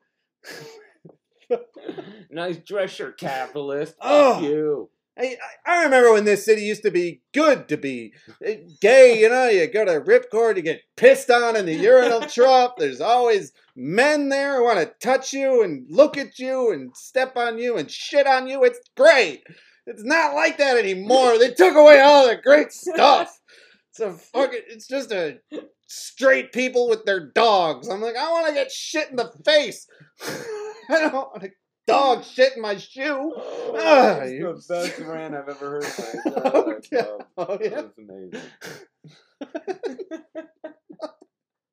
nice dress shirt, capitalist.
Oh.
Fuck you.
I, I I remember when this city used to be good to be uh, gay, you know, you go to Ripcord, you get pissed on in the urinal trough. There's always men there who want to touch you and look at you and step on you and shit on you. It's great. It's not like that anymore. They took away all the great stuff. It's a fucking, it's just a straight people with their dogs. I'm like, I want to get shit in the face. I don't want to dog shit in my shoe. Ah,
That's
you-
the best rant I've ever heard. in my entire
Oh,
life,
yeah.
Bob.
Oh, yeah.
That's amazing.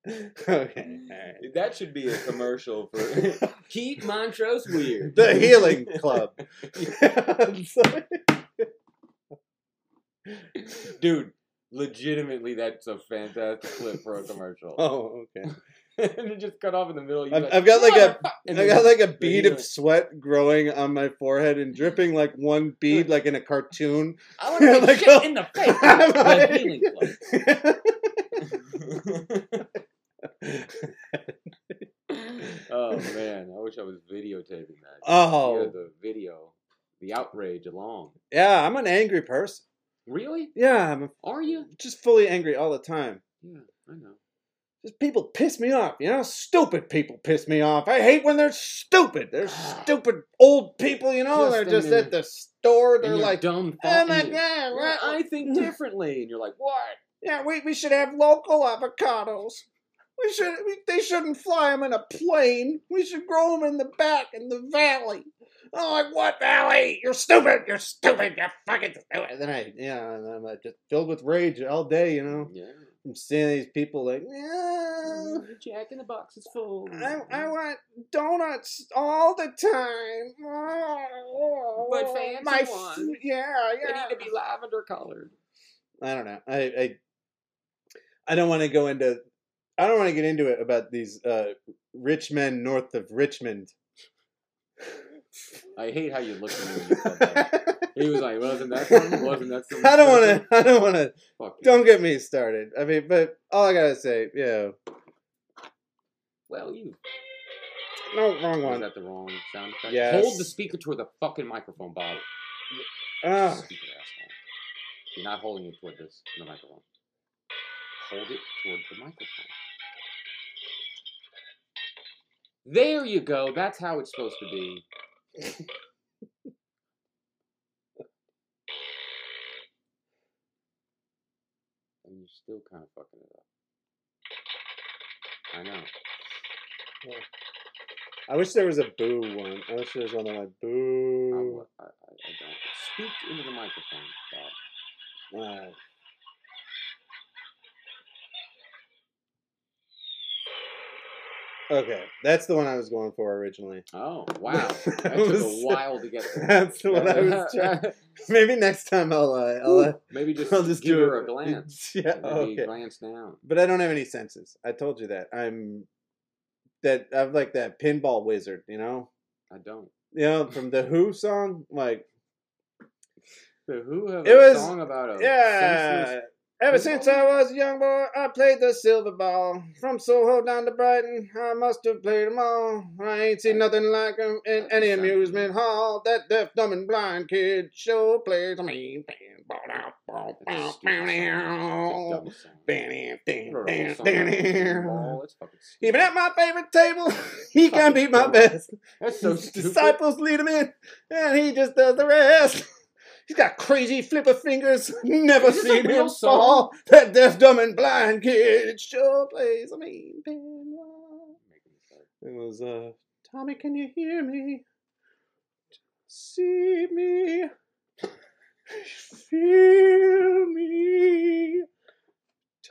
okay. alright.
That should be a commercial for keep Montrose weird.
The Healing Club. I'm sorry.
dude. Legitimately, that's a fantastic clip for a commercial.
oh, okay.
and it just cut off in the middle. you're
I've, I've got like a
"Motherfuck-" and
I've
then-
got like a
the
bead of
healing-
sweat growing on my forehead and dripping like one bead like in a cartoon.
I want to
like
like shit
a-
in the face.
I'm
the
like-
healing club. oh man, I wish I was videotaping that.
Oh.
Hear the video, the outrage along.
yeah, I'm an angry person.
Really?
Yeah, I'm
Are you?
just fully angry all the time.
Yeah, I know.
Just people piss me off, you know? Stupid people piss me off. I hate when they're stupid. They're stupid old people, you know?
Just
they're
in
just
their-
at the store.
And
They're
your
like,
dumb
oh
thought
my
leader.
God,
Well,
what-
I think differently, and you're like, what?
Yeah, we, we should have local avocados. We should we, they shouldn't fly them in a plane. We should grow them in the back in the valley. I'm like, what valley? You're stupid. You're stupid. You're fucking stupid. And then I yeah, and I'm like, just filled with rage all day. You know,
Yeah.
I'm seeing these people like, yeah,
Jack in the box is full.
I,
Mm-hmm.
I want donuts all the time. Oh,
But fancy
my f-
ones.
Yeah,
They
yeah.
need to be lavender colored.
I don't know. I I, I don't want to go into. I don't want to get into it about these uh, rich men north of Richmond.
I hate how you looked at me. When you said that.
I
He was like, "Wasn't that something? Wasn't that something?"
don't want to. I don't want to.
Fuck you.
Don't get me started. I mean, but all I gotta say, yeah,
Well, you
no wrong
was
one.
that the wrong sound effect.
Yes.
Hold the speaker toward the fucking microphone, Bob.
Ah,
Stupid asshole. You're not holding it toward this the microphone. Hold it toward the microphone. There you go. That's how it's supposed to be. and you're still kind of fucking it up. I know.
I wish there was a boo one. I wish there was one that went
I,
boo.
wa- I, I, I don't. Speak into the microphone, Bob.
Ah. Okay, that's the one I was going for originally.
Oh wow! That
That
took
was-
a while to get there.
That's the one I was trying. Maybe next time I'll uh, I'll, uh,
Maybe just,
I'll just
give
do
her a
it.
glance.
Yeah,
Maybe
okay.
glance down.
But I don't have any senses. I told you that. I'm that I'm like that pinball wizard, you know?
I don't.
You know, from the Who song, like
The Who have
It
a
was-
song about a
Yeah.
senseless-
Ever since I was a young boy, I played the silver ball. From Soho down to Brighton, I must have played 'em all. I ain't seen nothing like 'em in any amusement hall. That deaf, dumb, and blind kid sure plays me.
That's the stupidest- that's the dumbest song. You wrote a whole song about a ball. That's fucking stupid.
Even at my favorite table, he can be my best.
That's so
His
stupid.
disciples lead him in, and he just does the rest. He's got crazy flipper fingers. Never
Is this a
seen
real
him
song?
fall. That deaf, dumb, and blind kid sure plays a mean pinball. It was uh, Tommy, can you hear me? See me? Feel me?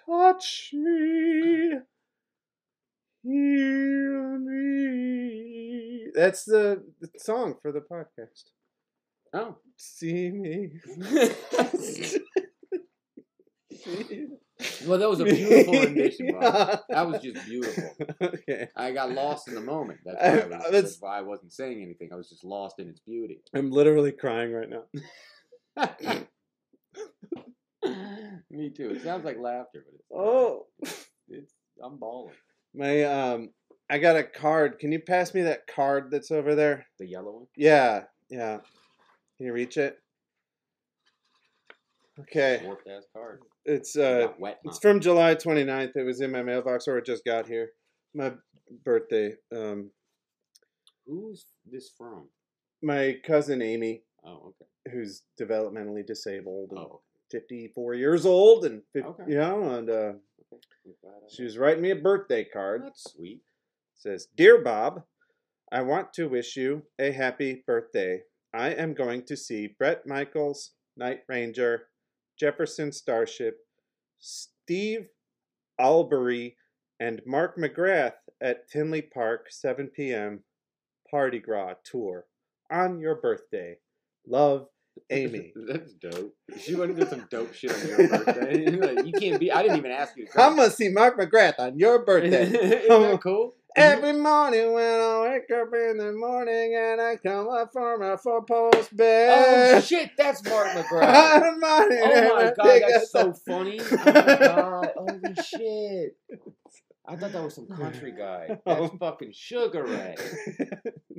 Touch me? Heal me? That's the song for the podcast.
Oh.
See me?
Well, that was a beautiful rendition, bro. That was just beautiful.
okay.
I got lost in the moment. That's why I, was,
That's-
that's why I wasn't saying anything. I was just lost in its beauty.
I'm literally crying right now.
Me too. It sounds like laughter, but it's not.
Oh.
it's I'm balling.
My um I got a card. Can you pass me that card that's over there?
The yellow one.
Yeah, yeah. Can you reach it? Okay.
Warped ass card.
It's
It
uh
got wet.
it's
huh?
from July 29th. It was in my mailbox or it just got here. My birthday. Um
Who's this from?
my cousin Amy,
Oh, okay.
who's developmentally disabled and
Oh,
54 years old and fif-
Okay.
you know and uh
I'm glad I-
she was writing me a birthday card.
That's sweet.
says, Dear Bob, I want to wish you a happy birthday. I am going to see Brett Michaels, Night Ranger, Jefferson Starship, Steve Albury, and Mark McGrath at Tinley Park, 7 p.m. Party Gras tour on your birthday. Love, Amy.
That's dope. She went and did some dope shit on your birthday. Like, you can't be. I didn't even ask you to
I'm
come.
gonna see Mark McGrath on your birthday.
Isn't that cool?
Every morning when I wake up in the morning and I come up from a four post bed.
Oh shit! That's Mark McGrath.
I'm on it,
Oh my
and I
god,
think
that's so
that's-
funny. Oh my god, holy shit. I thought that was some country guy. That's
Oh.
fucking Sugar Ray.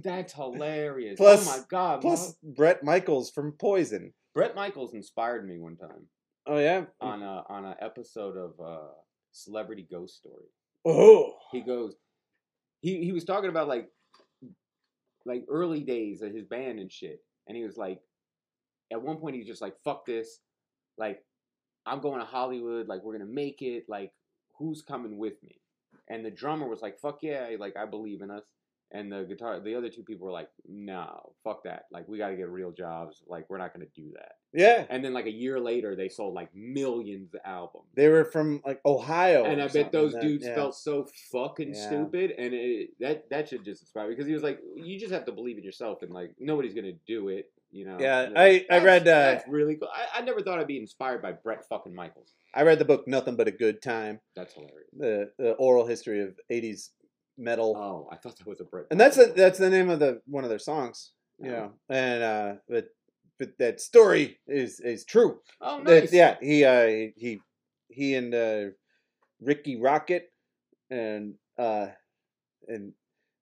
That's hilarious.
Plus-
oh my god.
Plus
Mark-
Brett Michaels from Poison.
Brett Michaels inspired me one time
Oh yeah.
on a on an episode of uh, Celebrity Ghost Story.
Oh.
He goes, he he was talking about like like early days of his band and shit, and he was like, at one point he's just like, fuck this, like I'm going to Hollywood, like we're gonna make it, like who's coming with me? And the drummer was like, fuck yeah, like I believe in us. And the guitar, the other two people were like, no, fuck that, like we gotta get real jobs, like we're not gonna do that.
Yeah.
And then like a year later, they sold like millions of albums.
They were from like Ohio.
And
Oh, or
I bet
something,
those
that-
dudes
yeah.
felt so fucking
Yeah.
stupid, and it, that that should just inspire me because he was like, "You just have to believe in yourself, and like nobody's gonna do it." You know?
Yeah,
And
I-
like,
I
that's-
read, uh,
that's really cool. I, I never thought I'd be inspired by Brett fucking Michaels.
I read the book Nothing But a Good Time,
That's hilarious.
the, the oral history of 80s metal.
Oh, I thought that was a Brett.
and that's the,
Michaels book.
that's the name of the one of their songs. You know. And uh but but that story is is true.
Oh, nice.
That- yeah, he uh, he he and uh, Ricky Rocket and uh, and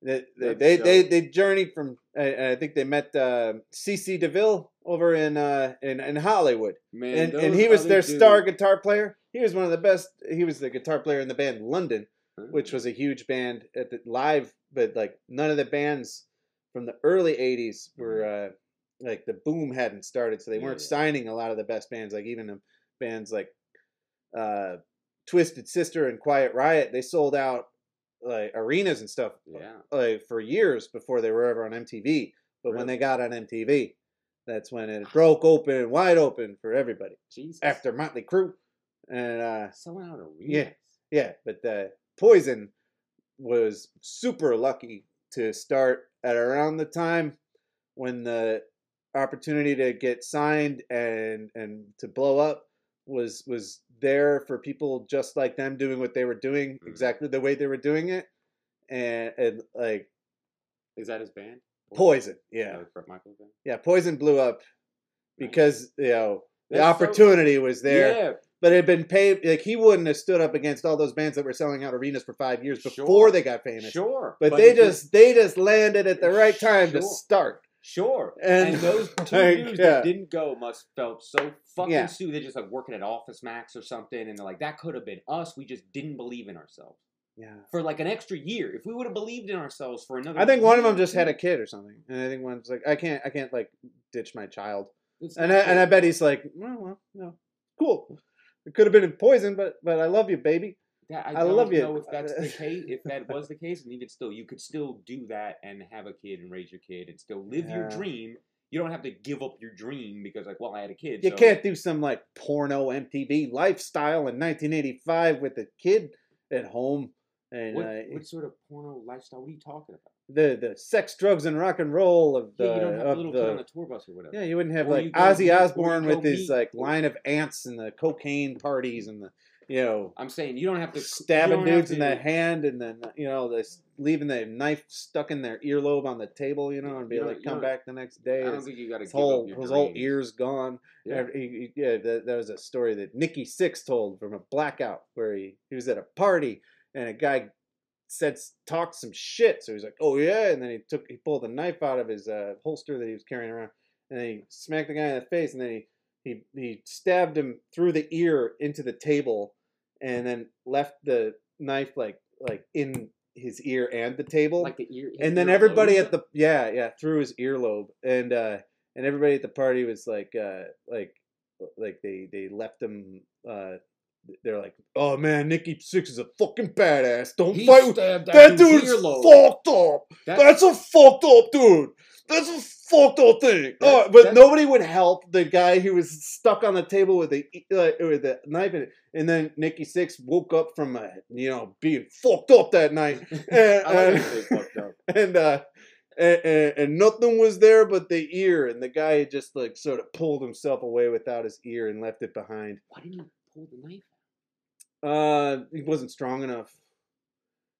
they they
That
they, they,
show.
they journeyed from I, I think they met uh, CC DeVille over in uh, in, in Hollywood
man.
and, and
those
he was
other
their star
dudes-
guitar player. He was one of the best. He was the guitar player in the band London, which
Oh,
was a huge band at the live, but like none of the bands from the early '80s were uh, like the boom hadn't started, so they
Mm-hmm. Yeah,
weren't
yeah.
signing a lot of the best bands. Like even the bands like uh, Twisted Sister and Quiet Riot, they sold out like arenas and stuff uh,
yeah.
like for years before they were ever on MTV. But when
Really?
they got on MTV, that's when it broke open, wide open for everybody
Jesus.
after Motley Crue, and uh,
selling out arenas.
Yeah. yeah, but uh, Poison was super lucky to start at around the time when the opportunity to get signed and and to blow up was was there for people just like them doing what they were doing
Mhm.
exactly the way they were doing it, and and like
Is that his band?
Poison, yeah,
That was Brett Michaels' band.
yeah, Poison blew up because you know the
That's so-
opportunity was there.
Yeah,
But it had been paid like he wouldn't have stood up against all those bands that were selling out arenas for five years
Sure.
before they got famous.
sure.
But, they
it did-
just they just landed at the right time to
Sure.
start.
Sure.
And-
And, those two
like,
dudes
yeah.
that didn't go must felt so fucking
Yeah.
stupid. They're just like working at Office Max or something, and they're like, that could have been us. We just didn't believe in ourselves
Yeah.
for like an extra year. If we would have believed in ourselves for another,
I think one of
year
them
or
just
two,
had a kid or something, and I think one's like, I can't, I can't like ditch my child,
it's
and I,
not
and I
good.
bet he's like, well, well, no, cool, it could have been poison, but but I love you, baby.
That-
I
I, don't
love you.
know if that's the case. If that was the case, and even still, you could still do that and have a kid and raise your kid and still live your
Yeah.
dream. You don't have to give up your dream because like, well, I had a kid.
You
so-
can't do some like porno MTV lifestyle in 1985 with a kid at home and
What,
uh,
what sort of porno lifestyle? What are you talking about?
the the sex, drugs, and rock and roll of the
yeah, you don't have the
of
little kid on the
the.
tour bus or whatever.
Yeah, you wouldn't have
Or
like
you go
Ozzy
meet- or you
Osbourne with
go
his
meet-
like line of ants and the cocaine parties and the you know
I'm saying you don't have to
stabbing
you don't have
dudes in
to-
the hand and then you know this leaving the knife stuck in their earlobe on the table you know and be
You don't-
like
you
come
don't-
back the next day
I don't
his,
think you got to
his
give
whole
up your
his whole
dreams.
ears gone
Yeah.
Every- he- he- yeah, that, that was a story that Nikki Six told from a blackout where he, he was at a party and a guy said s- talked some shit. So he's like, "Oh yeah," and then he took he pulled a knife out of his uh, holster that he was carrying around, and then he smacked the guy in the face, and then he he he stabbed him through the ear into the table, and then left the knife like like in his ear and the table
Like the ear.
and then
ear
everybody
lobes?
at the yeah yeah threw his earlobe and uh and everybody at the party was like uh like like they they left him uh they're like oh man nikki six is a fucking badass don't
He
fight with
stabbed
that
dude's
dude's
earlobe.
fucked up that's a fucked up dude that's a fucked up thing
That's-
oh, but
that's-
nobody would help the guy who was stuck on the table with the e- uh, with the knife in it and then nikki six woke up from uh, you know being fucked up that night and, uh,
I like
and-
to say fucked up.
and uh and, and, and nothing was there but the ear and the guy had just like sort of pulled himself away without his ear and left it behind
Why didn't you pull the knife?
uh he wasn't strong enough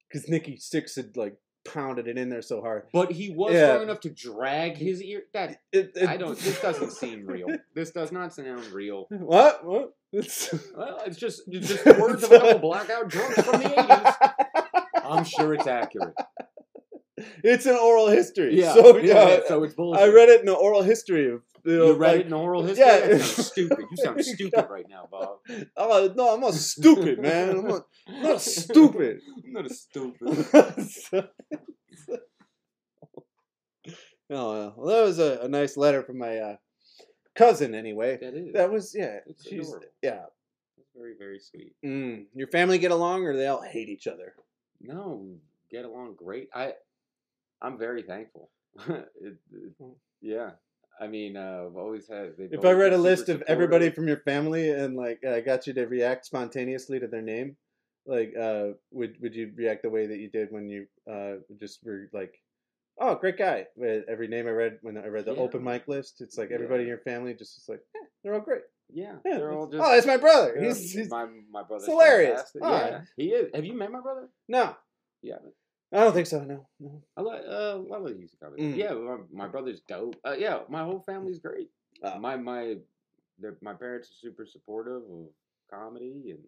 because nicky six had like pounded it in there so hard
But he was
Yeah.
strong enough to drag his ear. That
It- it-
I don't. This doesn't seem real. This does not sound real.
what what It's-
Well, it's just it's just the words of a couple blackout drunks from the eighties. I'm sure it's accurate.
it's an oral history so yeah,
so it's bullshit.
i read it in the oral history of you, know,
You read
like,
it in oral history.
yeah.
That sounds stupid. You sound stupid right now, Bob.
oh no i'm not stupid man i'm not, I'm not stupid
I'm not a stupid.
So- no, uh, well, that was a, a nice letter from my uh, cousin. Anyway,
That is.
that was yeah.
It's
she's-
adorable.
yeah.
That's very very sweet.
Mm. Your family get along, or they all hate each other?
No, get along great. I, I'm very thankful. it, it- yeah, I mean, uh, I've always had. they've
Hmm. If I
always
read a
been super
list of everybody
supportive.
from your family and like I got you to react spontaneously to their name, like uh, would would you react the way that you did when you uh, just were like, "Oh, great guy." With Every name I read when I read the
Yeah.
open mic list, it's like everybody in your family just is like, eh, "They're all great."
yeah,
Yeah,
they're all just.
oh, that's my brother.
they're-
He's, he's
my my brother's
hilarious.
fantastic.
All
Yeah, he is. Have you met my brother?
no.
Yeah.
I don't think so. No, no.
I like uh, I love used to cover that.
Mm.
Yeah, my, my brother's dope. Uh, yeah, my whole family's great.
Oh.
My my their, my parents are super supportive of comedy and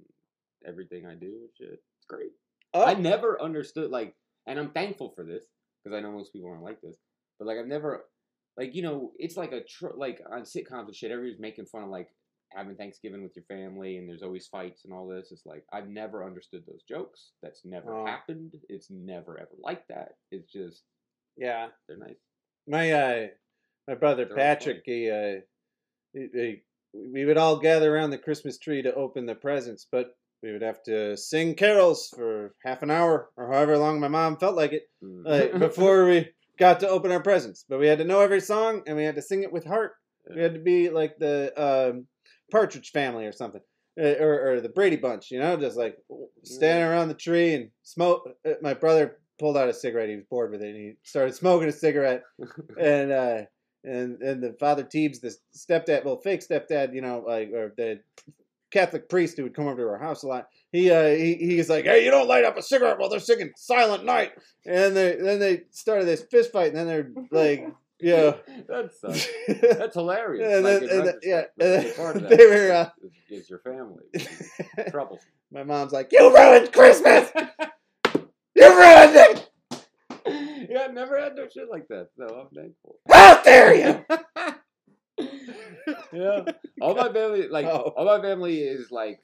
everything I do and shit. It's great.
Oh,
I never understood like, and I'm thankful for this because I know most people aren't like this. But like, I've never like you know, it's like a tr- like on sitcoms and shit. Everybody's making fun of like having Thanksgiving with your family, and there's always fights and all this. It's like I've never understood those jokes. That's never
Oh.
happened. It's never ever like that. It's just
yeah.
they're nice.
My uh, my brother
They're all
Patrick. He, uh, he, he- we would all gather around the Christmas tree to open the presents, but we would have to sing carols for half an hour or however long my mom felt like it
Mm.
like, before we got to open our presents. But we had to know every song and we had to sing it with heart. We had to be like the um, Partridge Family or something. Uh, or, or the Brady Bunch, you know, just like standing around the tree and smoke. uh, My brother pulled out a cigarette. He was bored with it, and he started smoking a cigarette. and uh, and and the Father Teebs, the stepdad, well, fake stepdad, you know, like or the Catholic priest who would come over to our house a lot. He uh, he he's like, hey, you don't light up a cigarette while they're singing Silent Night. And they, then they started this fist fight, and then they're like Yeah.
that sucks.
yeah,
That's hilarious.
Yeah,
like,
that-
in
and that- yeah,
retrospect, but
and
part of
they were, uh,
that is, is your family trouble.
My mom's like, "You ruined Christmas. You ruined it.
yeah, I've never had no shit like that, so I'm thankful.
How dare you?"
yeah, all my family, like
Oh.
all my family, is like,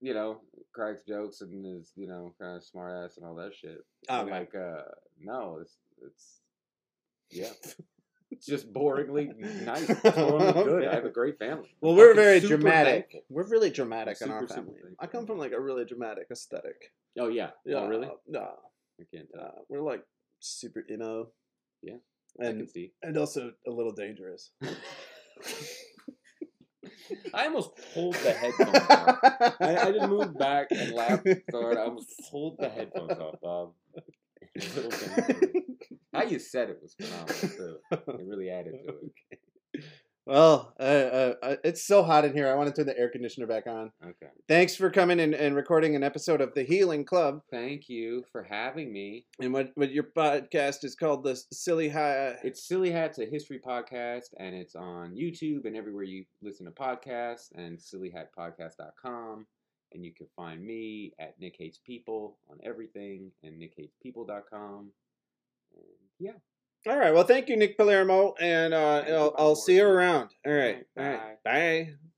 you know, cracks jokes and is you know kind of smart ass and all that shit.
Oh,
And,
man.
like, uh, no, it's it's yeah, it's just boringly nice, boringly good. I have a great family.
Well, we're
Fucking
very
super
dramatic.
thankful.
We're really dramatic in our
Super, super
family.
thankful.
I come from like a really dramatic aesthetic.
Oh yeah. Oh really?
No,
I can't
no,
tell.
we're like super emo.
Yeah, I
and
can see.
and also a little dangerous.
I almost pulled the headphones off. Oh I, I just moved back and laughed so hard. I almost pulled the headphones off, Bob. Little thing. How you said it was phenomenal too. It really added to it.
Well, uh, uh, uh, it's so hot in here. I want to turn the air conditioner back on.
Okay.
Thanks for coming and, and recording an episode of the Healing Club.
Thank you for having me.
And what, what your podcast is called, the Silly High.
It's Silly Hats, a history podcast, and it's on YouTube and everywhere you listen to podcasts and sillyhatpodcast.com. And you can find me at Nick Hates People on everything and nickhatespeople.com. And yeah.
All right. Well, thank you, Nick Palermo, and uh,
Thank you,
I'll,
Bob
I'll see you
Morrison.
around. All right. All
All right,
right. Bye.